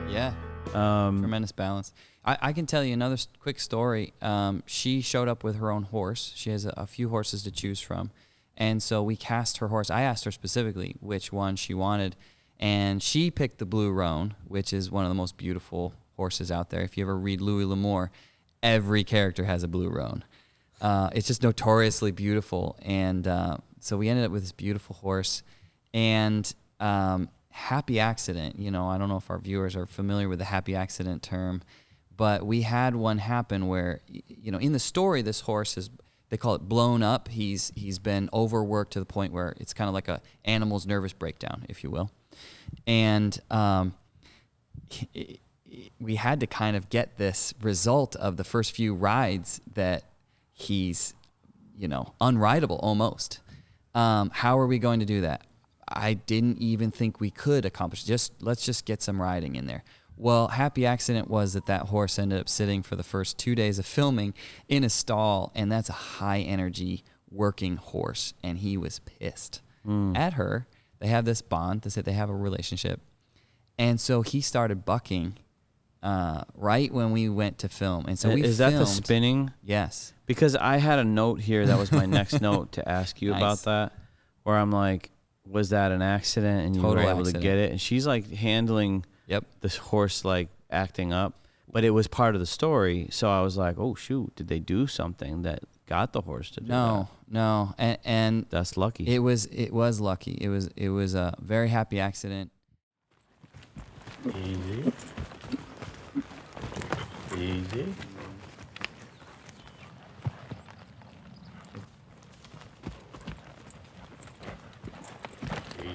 Yeah.
Um,
tremendous balance. I, I can tell you another s- quick story. Um, she showed up with her own horse. She has a, a few horses to choose from, and so we cast her horse. I asked her specifically which one she wanted, and she picked the Blue Roan, which is one of the most beautiful horses out there. If you ever read Louis L'Amour, every character has a Blue Roan. Uh, it's just notoriously beautiful, and uh, so we ended up with this beautiful horse and um, happy accident. You know, I don't know if our viewers are familiar with the happy accident term, but we had one happen where, y- you know, in the story, this horse is they call it blown up. He's he's been overworked to the point where it's kind of like a animal's nervous breakdown, if you will, and. Um, we had to kind of get this result of the first few rides that he's, you know, unrideable almost. Um, how are we going to do that? I didn't even think we could accomplish. Just let's just get some riding in there. Well, happy accident was that that horse ended up sitting for the first two days of filming in a stall, and that's a high energy working horse, and he was pissed
Hmm.
at her. They have this bond. They said they have a relationship. And so he started bucking uh, right when we went to film. And so we
is that the
filmed-
spinning?
Yes.
Because I had a note here that was my
<laughs>
next note to ask you about
Nice.
that, where I'm like, was that an accident? And you were
Total
able
accident.
to get it. And she's like handling
Yep.
this horse, like acting up, but it was part of the story. So I was like, oh shoot, did they do something that got the horse to do
No. No. And, and
that? That's lucky.
it was it was lucky. It was it was a very happy accident.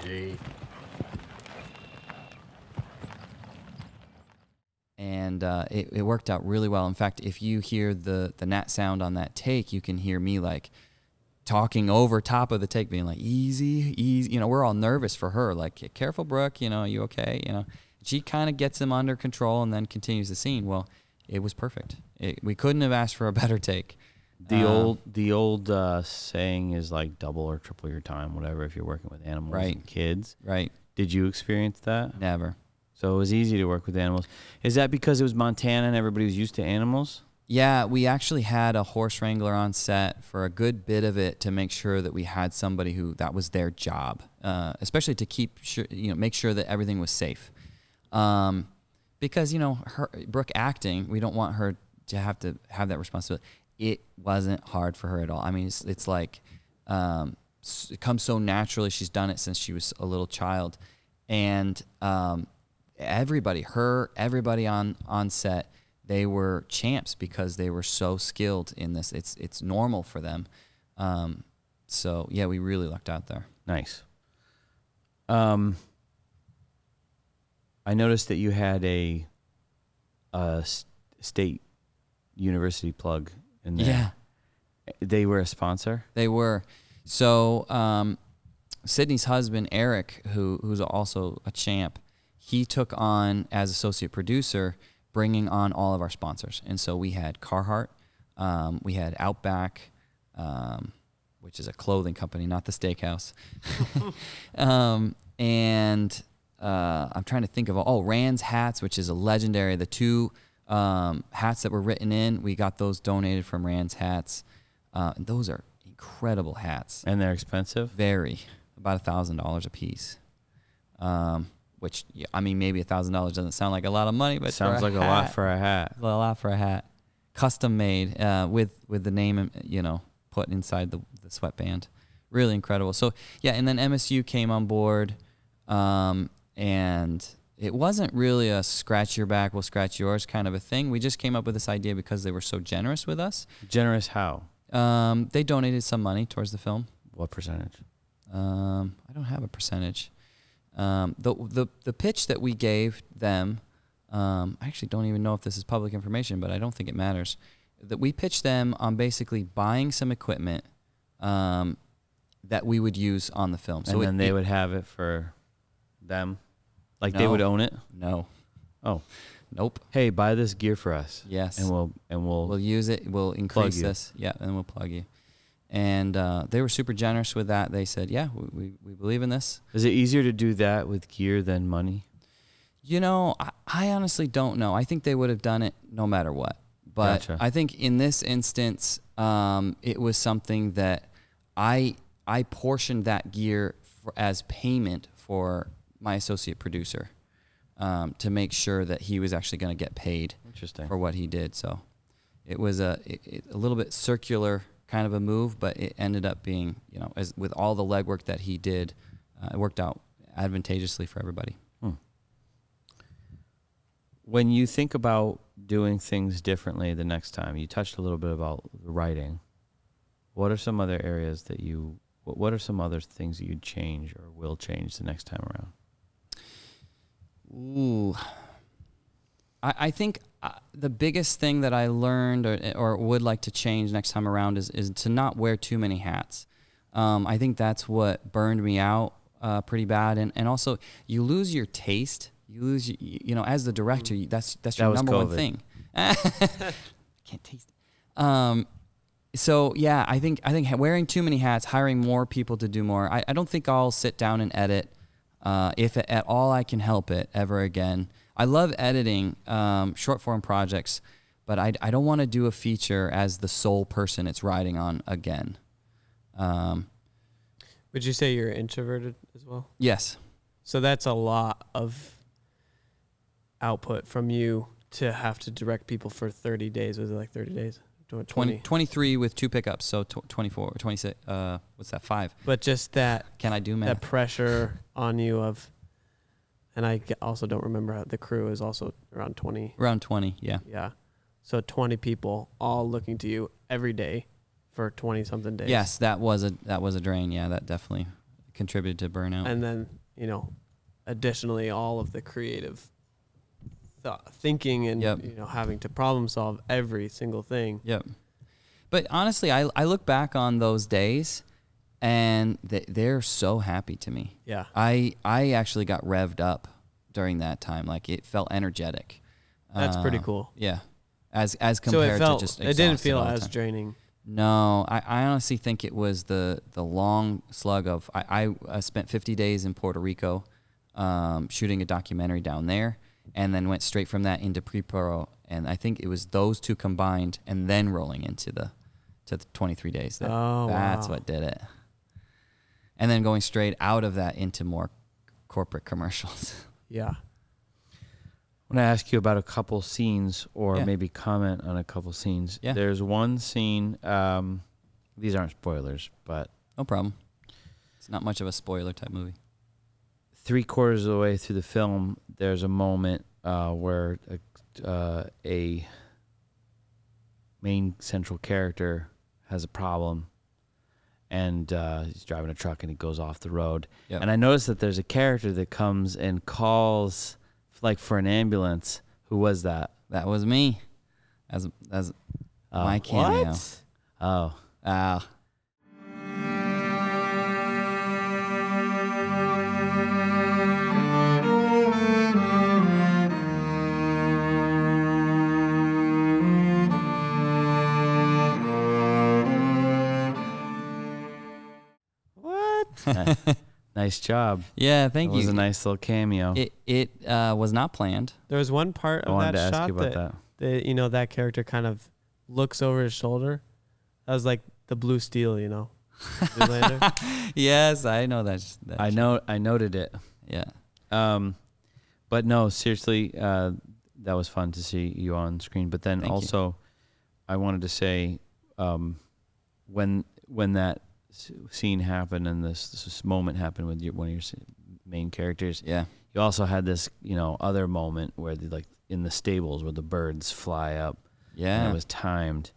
and and uh, it, it worked out really well. In fact, if you hear the the nat sound on that take, you can hear me like talking over top of the take, being like, "Easy, easy." You know, we're all nervous for her, like, "Careful, Brooke. You know, you okay?" You know, she kind of gets him under control and then continues the scene. Well, it was perfect. It, we couldn't have asked for a <laughs> better take.
The
Uh,
old the old uh, saying is like double or triple your time, whatever. If you're working with animals
Right.
and kids,
right?
did you experience that?
Never.
So it was easy to work with animals. Is that because it was Montana and everybody was used to animals?
Yeah, we actually had a horse wrangler on set for a good bit of it to make sure that we had somebody who that was their job, uh, especially to keep sure, you know make sure that everything was safe, um, because you know her Brooke acting, we don't want her to have to have that responsibility. It wasn't hard for her at all. I mean, it's, it's like um, s- it comes so naturally. She's done it since she was a little child, and um, everybody, her, everybody on on set, they were champs because they were so skilled in this. It's it's normal for them. Um, so yeah, we really lucked out there.
Nice. Um, I noticed that you had a, a s- state university plug in there.
yeah.
They were a sponsor.
They were. So um, Sydney's husband Eric, who who's also a champ, he took on as associate producer, bringing on all of our sponsors, and so we had Carhartt, um, we had Outback, um, which is a clothing company, not the steakhouse, <laughs> um, and. Uh, I'm trying to think of all, oh Rand's hats, which is a legendary. The two um, hats that were written in, we got those donated from Rand's hats. Uh, and those are incredible hats.
And they're expensive.
Very, about a thousand dollars a piece. Um, which yeah, I mean, maybe a thousand dollars doesn't sound like a lot of money, but for
Sounds like a lot
hat-
for a hat.
a lot for a hat, custom made uh, with with the name you know put inside the the sweatband. Really incredible. So yeah, and then MSU came on board, um, and it wasn't really a scratch your back, we'll scratch yours kind of a thing. We just came up with this idea because they were so generous with us.
Generous how?
Um, they donated some money towards the film.
What percentage?
Um, I don't have a percentage. Um, the, the the pitch that we gave them, um, I actually don't even know if this is public information, but I don't think it matters. That we pitched them on basically buying some equipment um, that we would use on the film.
and
it-
then they
it-
would have it for them. Like they
No.
would own it.
no,
Oh,
nope.
hey, buy this gear for us.
Yes.
And we'll and we'll,
We'll use it. We'll increase
you.
this. Yeah, and we'll plug you. And uh, they were super generous with that. They said, "Yeah, we, we, we believe in this.
Is it easier to do that with gear than money?
You know, I, I honestly don't know. I think they would have done it no matter what. But
Gotcha.
I think in this instance, um, it was something that I I portioned that gear for, as payment for my associate producer um, to make sure that he was actually going to get paid
Interesting.
for what he did. So it was a it, it, a little bit circular kind of a move, but it ended up being you know as with all the legwork that he did, uh, it worked out advantageously for everybody.
when you think about doing things differently the next time, you touched a little bit about writing. What are some other areas that you? What what are some other things that you'd change or will change the next time around?
Ooh. I, I think uh, the biggest thing that I learned or, or would like to change next time around is, is to not wear too many hats. Um, I think that's what burned me out uh, pretty bad. And, and also, you lose your taste. You lose, y- y- you know, as the director, you- that's, that's
Mm. That
your
was
number
COVID.
one thing.
<laughs>
<laughs> Can't taste it. Um, so yeah, I think I think ha- wearing too many hats, hiring more people to do more. I, I don't think I'll sit down and edit, uh, if at all I can help it ever again. I love editing um, short form projects, but I, I don't want to do a feature as the sole person it's riding on again. Um,
Would you say you're introverted as well?
yes,
So that's a lot of output from you to have to direct people for 30 days. Was it like 30 days? Tw-
20, 23 with two pickups, so tw- 24 or 26. Uh, what's that? Five.
But just that
Can I do math?
that pressure on you of, and I g- also don't remember how the crew is also around 20.
Around 20. Yeah.
Yeah. So 20 people all looking to you every day for 20 something days.
Yes, that was a that was a drain. Yeah, that definitely contributed to burnout.
And then, you know, additionally, all of the creative th- thinking and
Yep.
you know having to problem solve every single thing.
Yep. But honestly, I, I look back on those days and they, they're so happy to me.
Yeah.
I, I actually got revved up during that time. Like it felt energetic.
That's pretty cool.
Yeah. As, as
So
Uh, compared
it felt
to just
it didn't
exhausted
feel
all the
as
time.
draining.
No, I, I honestly think it was the the long slug of I, I uh, spent 50 days in Puerto Rico um, shooting a documentary down there, and then went straight from that into pre-pro, and I think it was those two combined, and then rolling into the to the 23 days. That,
Oh,
that's
wow.
what did it. And then going straight out of that into more corporate commercials. <laughs>
Yeah.
I want to ask you about a couple scenes or
Yeah.
maybe comment on a couple scenes.
Yeah.
There's one scene, um, these aren't spoilers, but
no problem. It's not much of a spoiler type movie.
three quarters of the way through the film, there's a moment uh, where a, uh, a main central character has a problem and uh, he's driving a truck and he goes off the road.
Yep.
And I noticed that there's a character that comes and calls like for an ambulance. Who was that?
That was me, as as
Uh,
my cameo.
Oh.
Ah.
Nice job.
Yeah, thank
It
you.
was a nice little cameo.
It it uh, was not planned.
There was one part
I
of
wanted
that
to ask
shot
you about
that,
that.
that you know that character kind of looks over his shoulder. That was like the blue steel, you know. Zoolander.
<laughs>
yes, I know that. that
I know. I noted it.
Yeah.
Um, but no, seriously, uh, that was fun to see you on screen. But then
Thank you.
also, I wanted to say, um, when when that s- scene happened and this, this moment happened with your, one of your s- main characters,
Yeah.
you also had this, you know, other moment where the, like in the stables where the birds fly up. And
Yeah.
it was timed,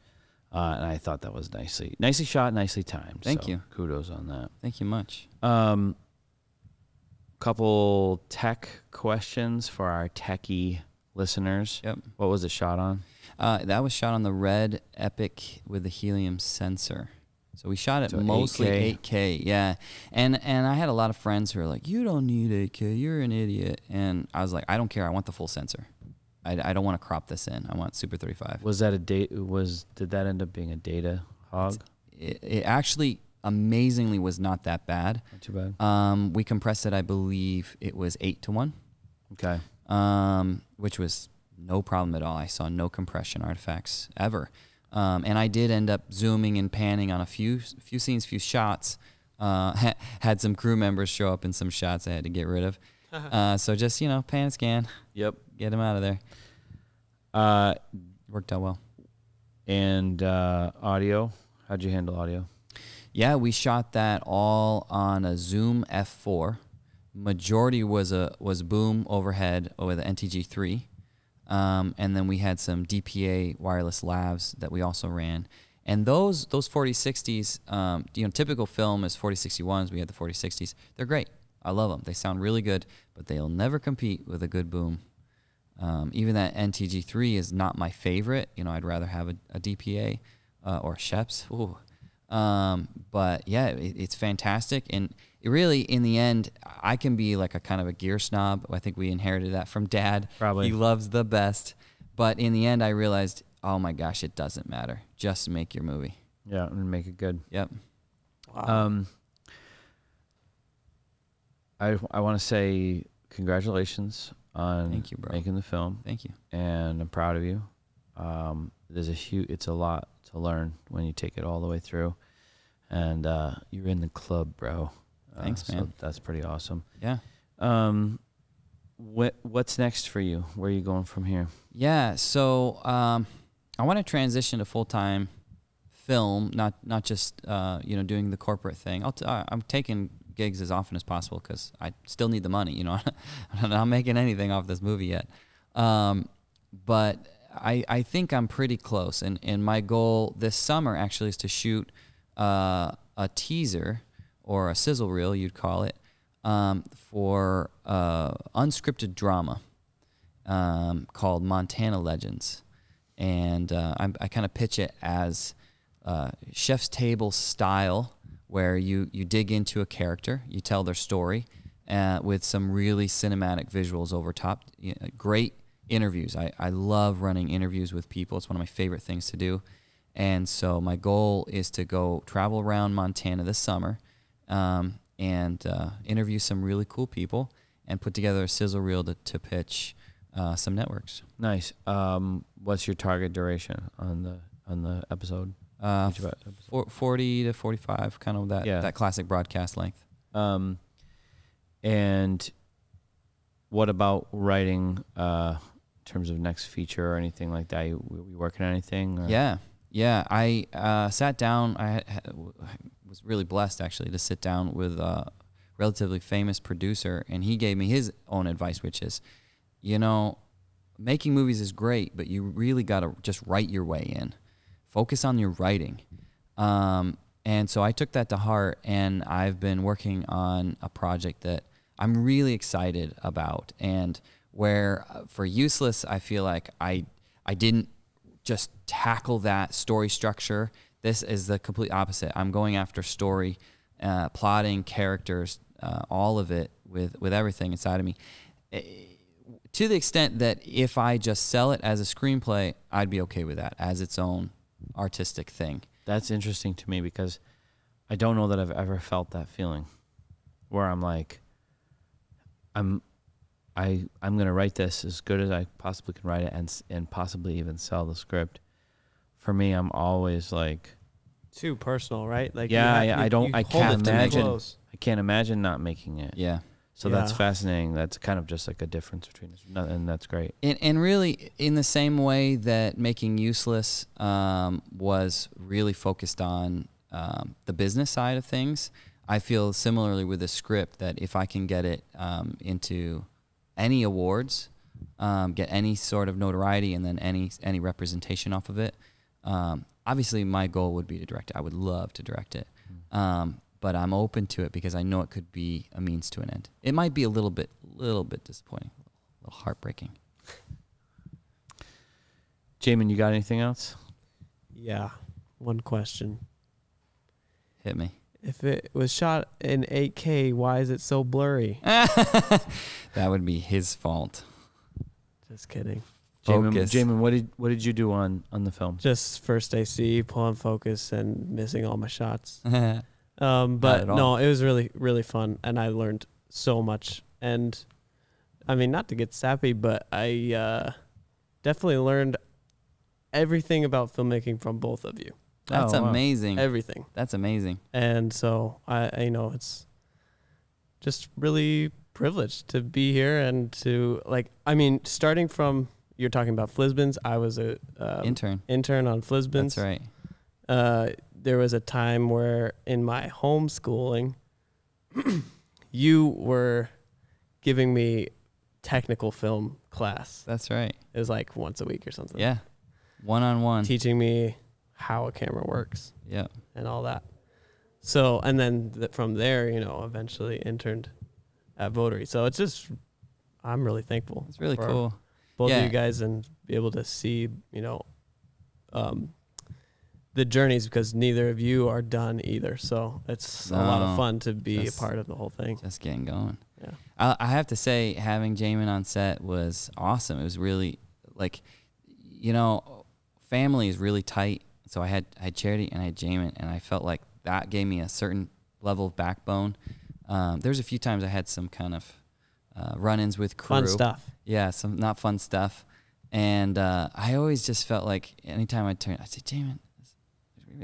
uh, and I thought that was nicely nicely shot, nicely timed.
Thank
so
you.
Kudos on that.
Thank you much.
Um, couple tech questions for our techie listeners.
Yep.
What was it shot on?
Uh, that was shot on the Red Epic with the helium sensor. So we shot it
So
mostly
8K.
8K. Yeah. And and I had a lot of friends who were like, "You don't need 8K. You're an idiot." And I was like, "I don't care. I want the full sensor. I, I don't want to crop this in. I want Super 35."
Was that a date? Was did that end up being a data hog?
It, it actually amazingly was not that bad.
Not too bad.
Um, we compressed it. I believe it was eight to one.
Okay.
um, which was no problem at all. I saw no compression artifacts ever, um, and I did end up zooming and panning on a few few scenes, few shots. Uh, <laughs> ha- had some crew members show up in some shots I had to get rid of. Uh, so just you know, pan and scan,
Yep.
get them out of there.
Uh,
Worked out well.
and uh, audio. How'd you handle audio?
Yeah, we shot that all on a Zoom F4. Majority was a was boom overhead with an NTG3, um, and then we had some DPA wireless labs that we also ran. And those those 4060s, um, you know, typical film is 4061s. We had the 4060s. They're great. I love them. They sound really good, but they'll never compete with a good boom. Um, even that NTG3 is not my favorite. You know, I'd rather have a, a DPA uh, or Sheps. Ooh. Um, but yeah, it, it's fantastic. And it really, in the end, I can be like a kind of a gear snob. I think we inherited that from dad.
Probably.
He loves the best. But in the end, I realized, oh my gosh, it doesn't matter. Just make your movie.
Yeah, and make it good.
Yep.
Um, I I want to say congratulations on
Thank you, bro.
making the film,
Thank you.
and I'm proud of you. Um, there's a huge, it's a lot to learn when you take it all the way through, and uh, you're in the club, bro. Uh,
Thanks, man.
that's pretty awesome.
Yeah.
Um, what what's next for you? Where are you going from here?
Yeah, so um, I want to transition to full time film, not not just uh, you know doing the corporate thing. I'll t- I- I'm taking gigs as often as possible because I still need the money. You know, <laughs> I'm not making anything off this movie yet, um, but I I think I'm pretty close. And and my goal this summer actually is to shoot uh, a teaser or a sizzle reel, you'd call it, um, for uh, unscripted drama um, called Montana Legends, and uh, I, I kind of pitch it as uh, chef's table style, where you you dig into a character, you tell their story, uh, with some really cinematic visuals over top. You know, great interviews. I, I love running interviews with people. It's one of my favorite things to do. And so my goal is to go travel around Montana this summer um, and uh, interview some really cool people and put together a sizzle reel to, to pitch uh, some networks.
Nice. Um, what's your target duration on the on the episode?
Uh,
Each of it- episode?
for, 40 to 45, kind of that,
Yeah.
that classic broadcast length.
Um, and what about writing uh, in terms of next feature or anything like that? You, were you working on anything? Or?
Yeah, yeah. I uh, sat down. I ha- w- was really blessed actually to sit down with a relatively famous producer, and he gave me his own advice, which is, you know, making movies is great, but you really got to just write your way in. Focus on your writing. Um, and so I took that to heart, and I've been working on a project that I'm really excited about, and where uh, for useless, I feel like I I didn't just tackle that story structure. This is the complete opposite. I'm going after story, uh, plotting, characters, uh, all of it with with everything inside of me. Eh, To the extent that if I just sell it as a screenplay, I'd be okay with that as its own artistic thing.
That's interesting to me because I don't know that I've ever felt that feeling where I'm like, I'm, I, I'm gonna write this as good as I possibly can write it and s- and possibly even sell the script. For me, I'm always like,
Too personal, right? Like you
Yeah,
ha-
yeah,
you-
I don't-
you
I
hold
can't
it too
imagine.
close.
I can't imagine not making it.
Yeah.
So that's
Yeah.
fascinating. That's kind of just like a difference between us, No- and that's great.
And, and really, in the same way that Making Useless um, was really focused on um, the business side of things, I feel similarly with the script that if I can get it um, into any awards, um, get any sort of notoriety, and then any any representation off of it, um, obviously my goal would be to direct it. I would love to direct it, um, but I'm open to it because I know it could be a means to an end. It might be a little bit, little bit disappointing, a little heartbreaking.
Jamin, you got anything else?
Yeah. One question.
Hit me. <laughs>
If it was shot in 8K, why is it so blurry?
That would be his fault. <laughs>
Just kidding.
Jamin,
Focus.
Jamin, what did what did you do on on the film?
Just first AC, pull and focus, and missing all my shots.
yeah,
Um,
at
but
all.
no, it was really, really fun, and I learned so much. And I mean, not to get sappy, but I uh, definitely learned everything about filmmaking from both of you.
that's
Oh, wow.
amazing.
Everything.
That's amazing.
and so I, I you know it's just really privileged to be here and to like I mean starting from you're talking about Flisbins I was a um,
Intern.
intern on Flisbins
That's right.
uh, there was a time where in my homeschooling <clears throat> you were giving me technical film class
That's right.
it was like once a week or something
Yeah. One on one.
teaching me how a camera works
Yeah.
and all that. So, and then th- from there, you know, eventually interned at Votary. So it's just, I'm really thankful.
It's really
for
cool.
Both
Yeah.
of you guys and be able to see, you know, um, the journeys because neither of you are done either. So it's a lot
No,
of fun to be a
that's-
part of the whole thing.
Just getting going.
Yeah.
I, I have to say, having Jamin on set was awesome. It was really like, you know, family is really tight. So I had I had Charity and I had Jamin, and I felt like that gave me a certain level of backbone. Um, there was a few times I had some kind of uh, run-ins with crew.
Fun stuff.
Yeah, some not fun stuff. And uh, I always just felt like anytime I turned, I said, Jamin,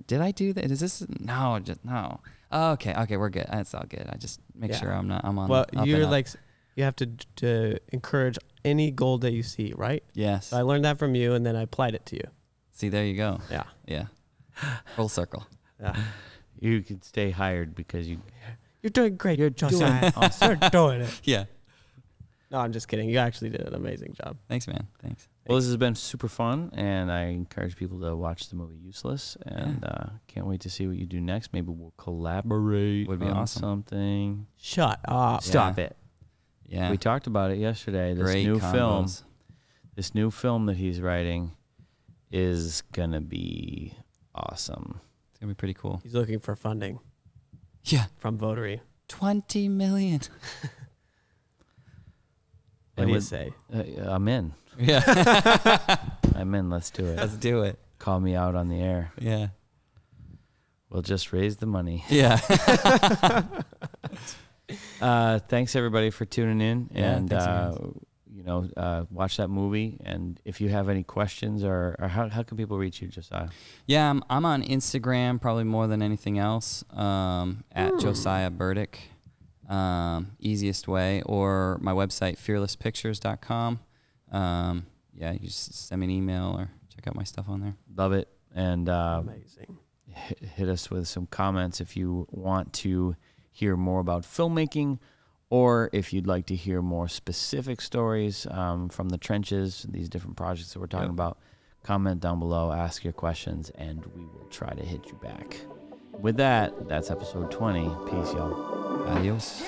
did I do that? Is this no? Just no. Oh, okay, okay, we're good. That's all good. I just make
Yeah.
sure I'm not. I'm on.
Well,
the up and
you're
up.
like, s- you have to, d- to encourage any goal that you see, right?
yes.
So I learned that from you and then I applied it to you.
See, there you go.
Yeah.
Yeah, full circle.
Yeah.
You could stay hired because you
<laughs> You're doing great. You're <laughs>
doing awesome.
You're doing it.
Yeah.
No, I'm just kidding. You actually did an amazing job.
Thanks, man. Thanks.
Well, this has been super fun, and I encourage people to watch the movie Useless, and uh, can't wait to see what you do next. Maybe we'll collaborate.
Would be
on
awesome. Uh,
Something.
Shut up.
Stop
it.
Yeah.
We talked about it yesterday. This
Great
new film
combos.
this new film that he's writing is gonna be awesome.
It's gonna be pretty cool.
He's looking for funding
Yeah,
from Votary.
twenty million.
What
And
do you
with-
say?
Uh, I'm in.
Yeah,
I'm in. Let's do it.
<laughs> let's do it.
Call me out on the air.
Yeah,
We'll just raise the money.
yeah.
Uh, thanks everybody for tuning in,
Yeah,
and
thanks,
uh, you know, uh, watch that movie. And if you have any questions or, or how, how can people reach you, uh, Josiah?
Yeah, I'm, I'm on Instagram probably more than anything else um, at Josiah Burdick. Um, easiest way, or my website, fearlesspictures.com. Um, yeah, you just send me an email or check out my stuff on there.
Love it, and uh,
Amazing.
hit, hit us with some comments if you want to hear more about filmmaking or if you'd like to hear more specific stories um, from the trenches, these different projects that we're talking
Yep.
about. Comment down below, ask your questions, and we will try to hit you back. With that, that's episode 20. Peace, y'all.
Adios.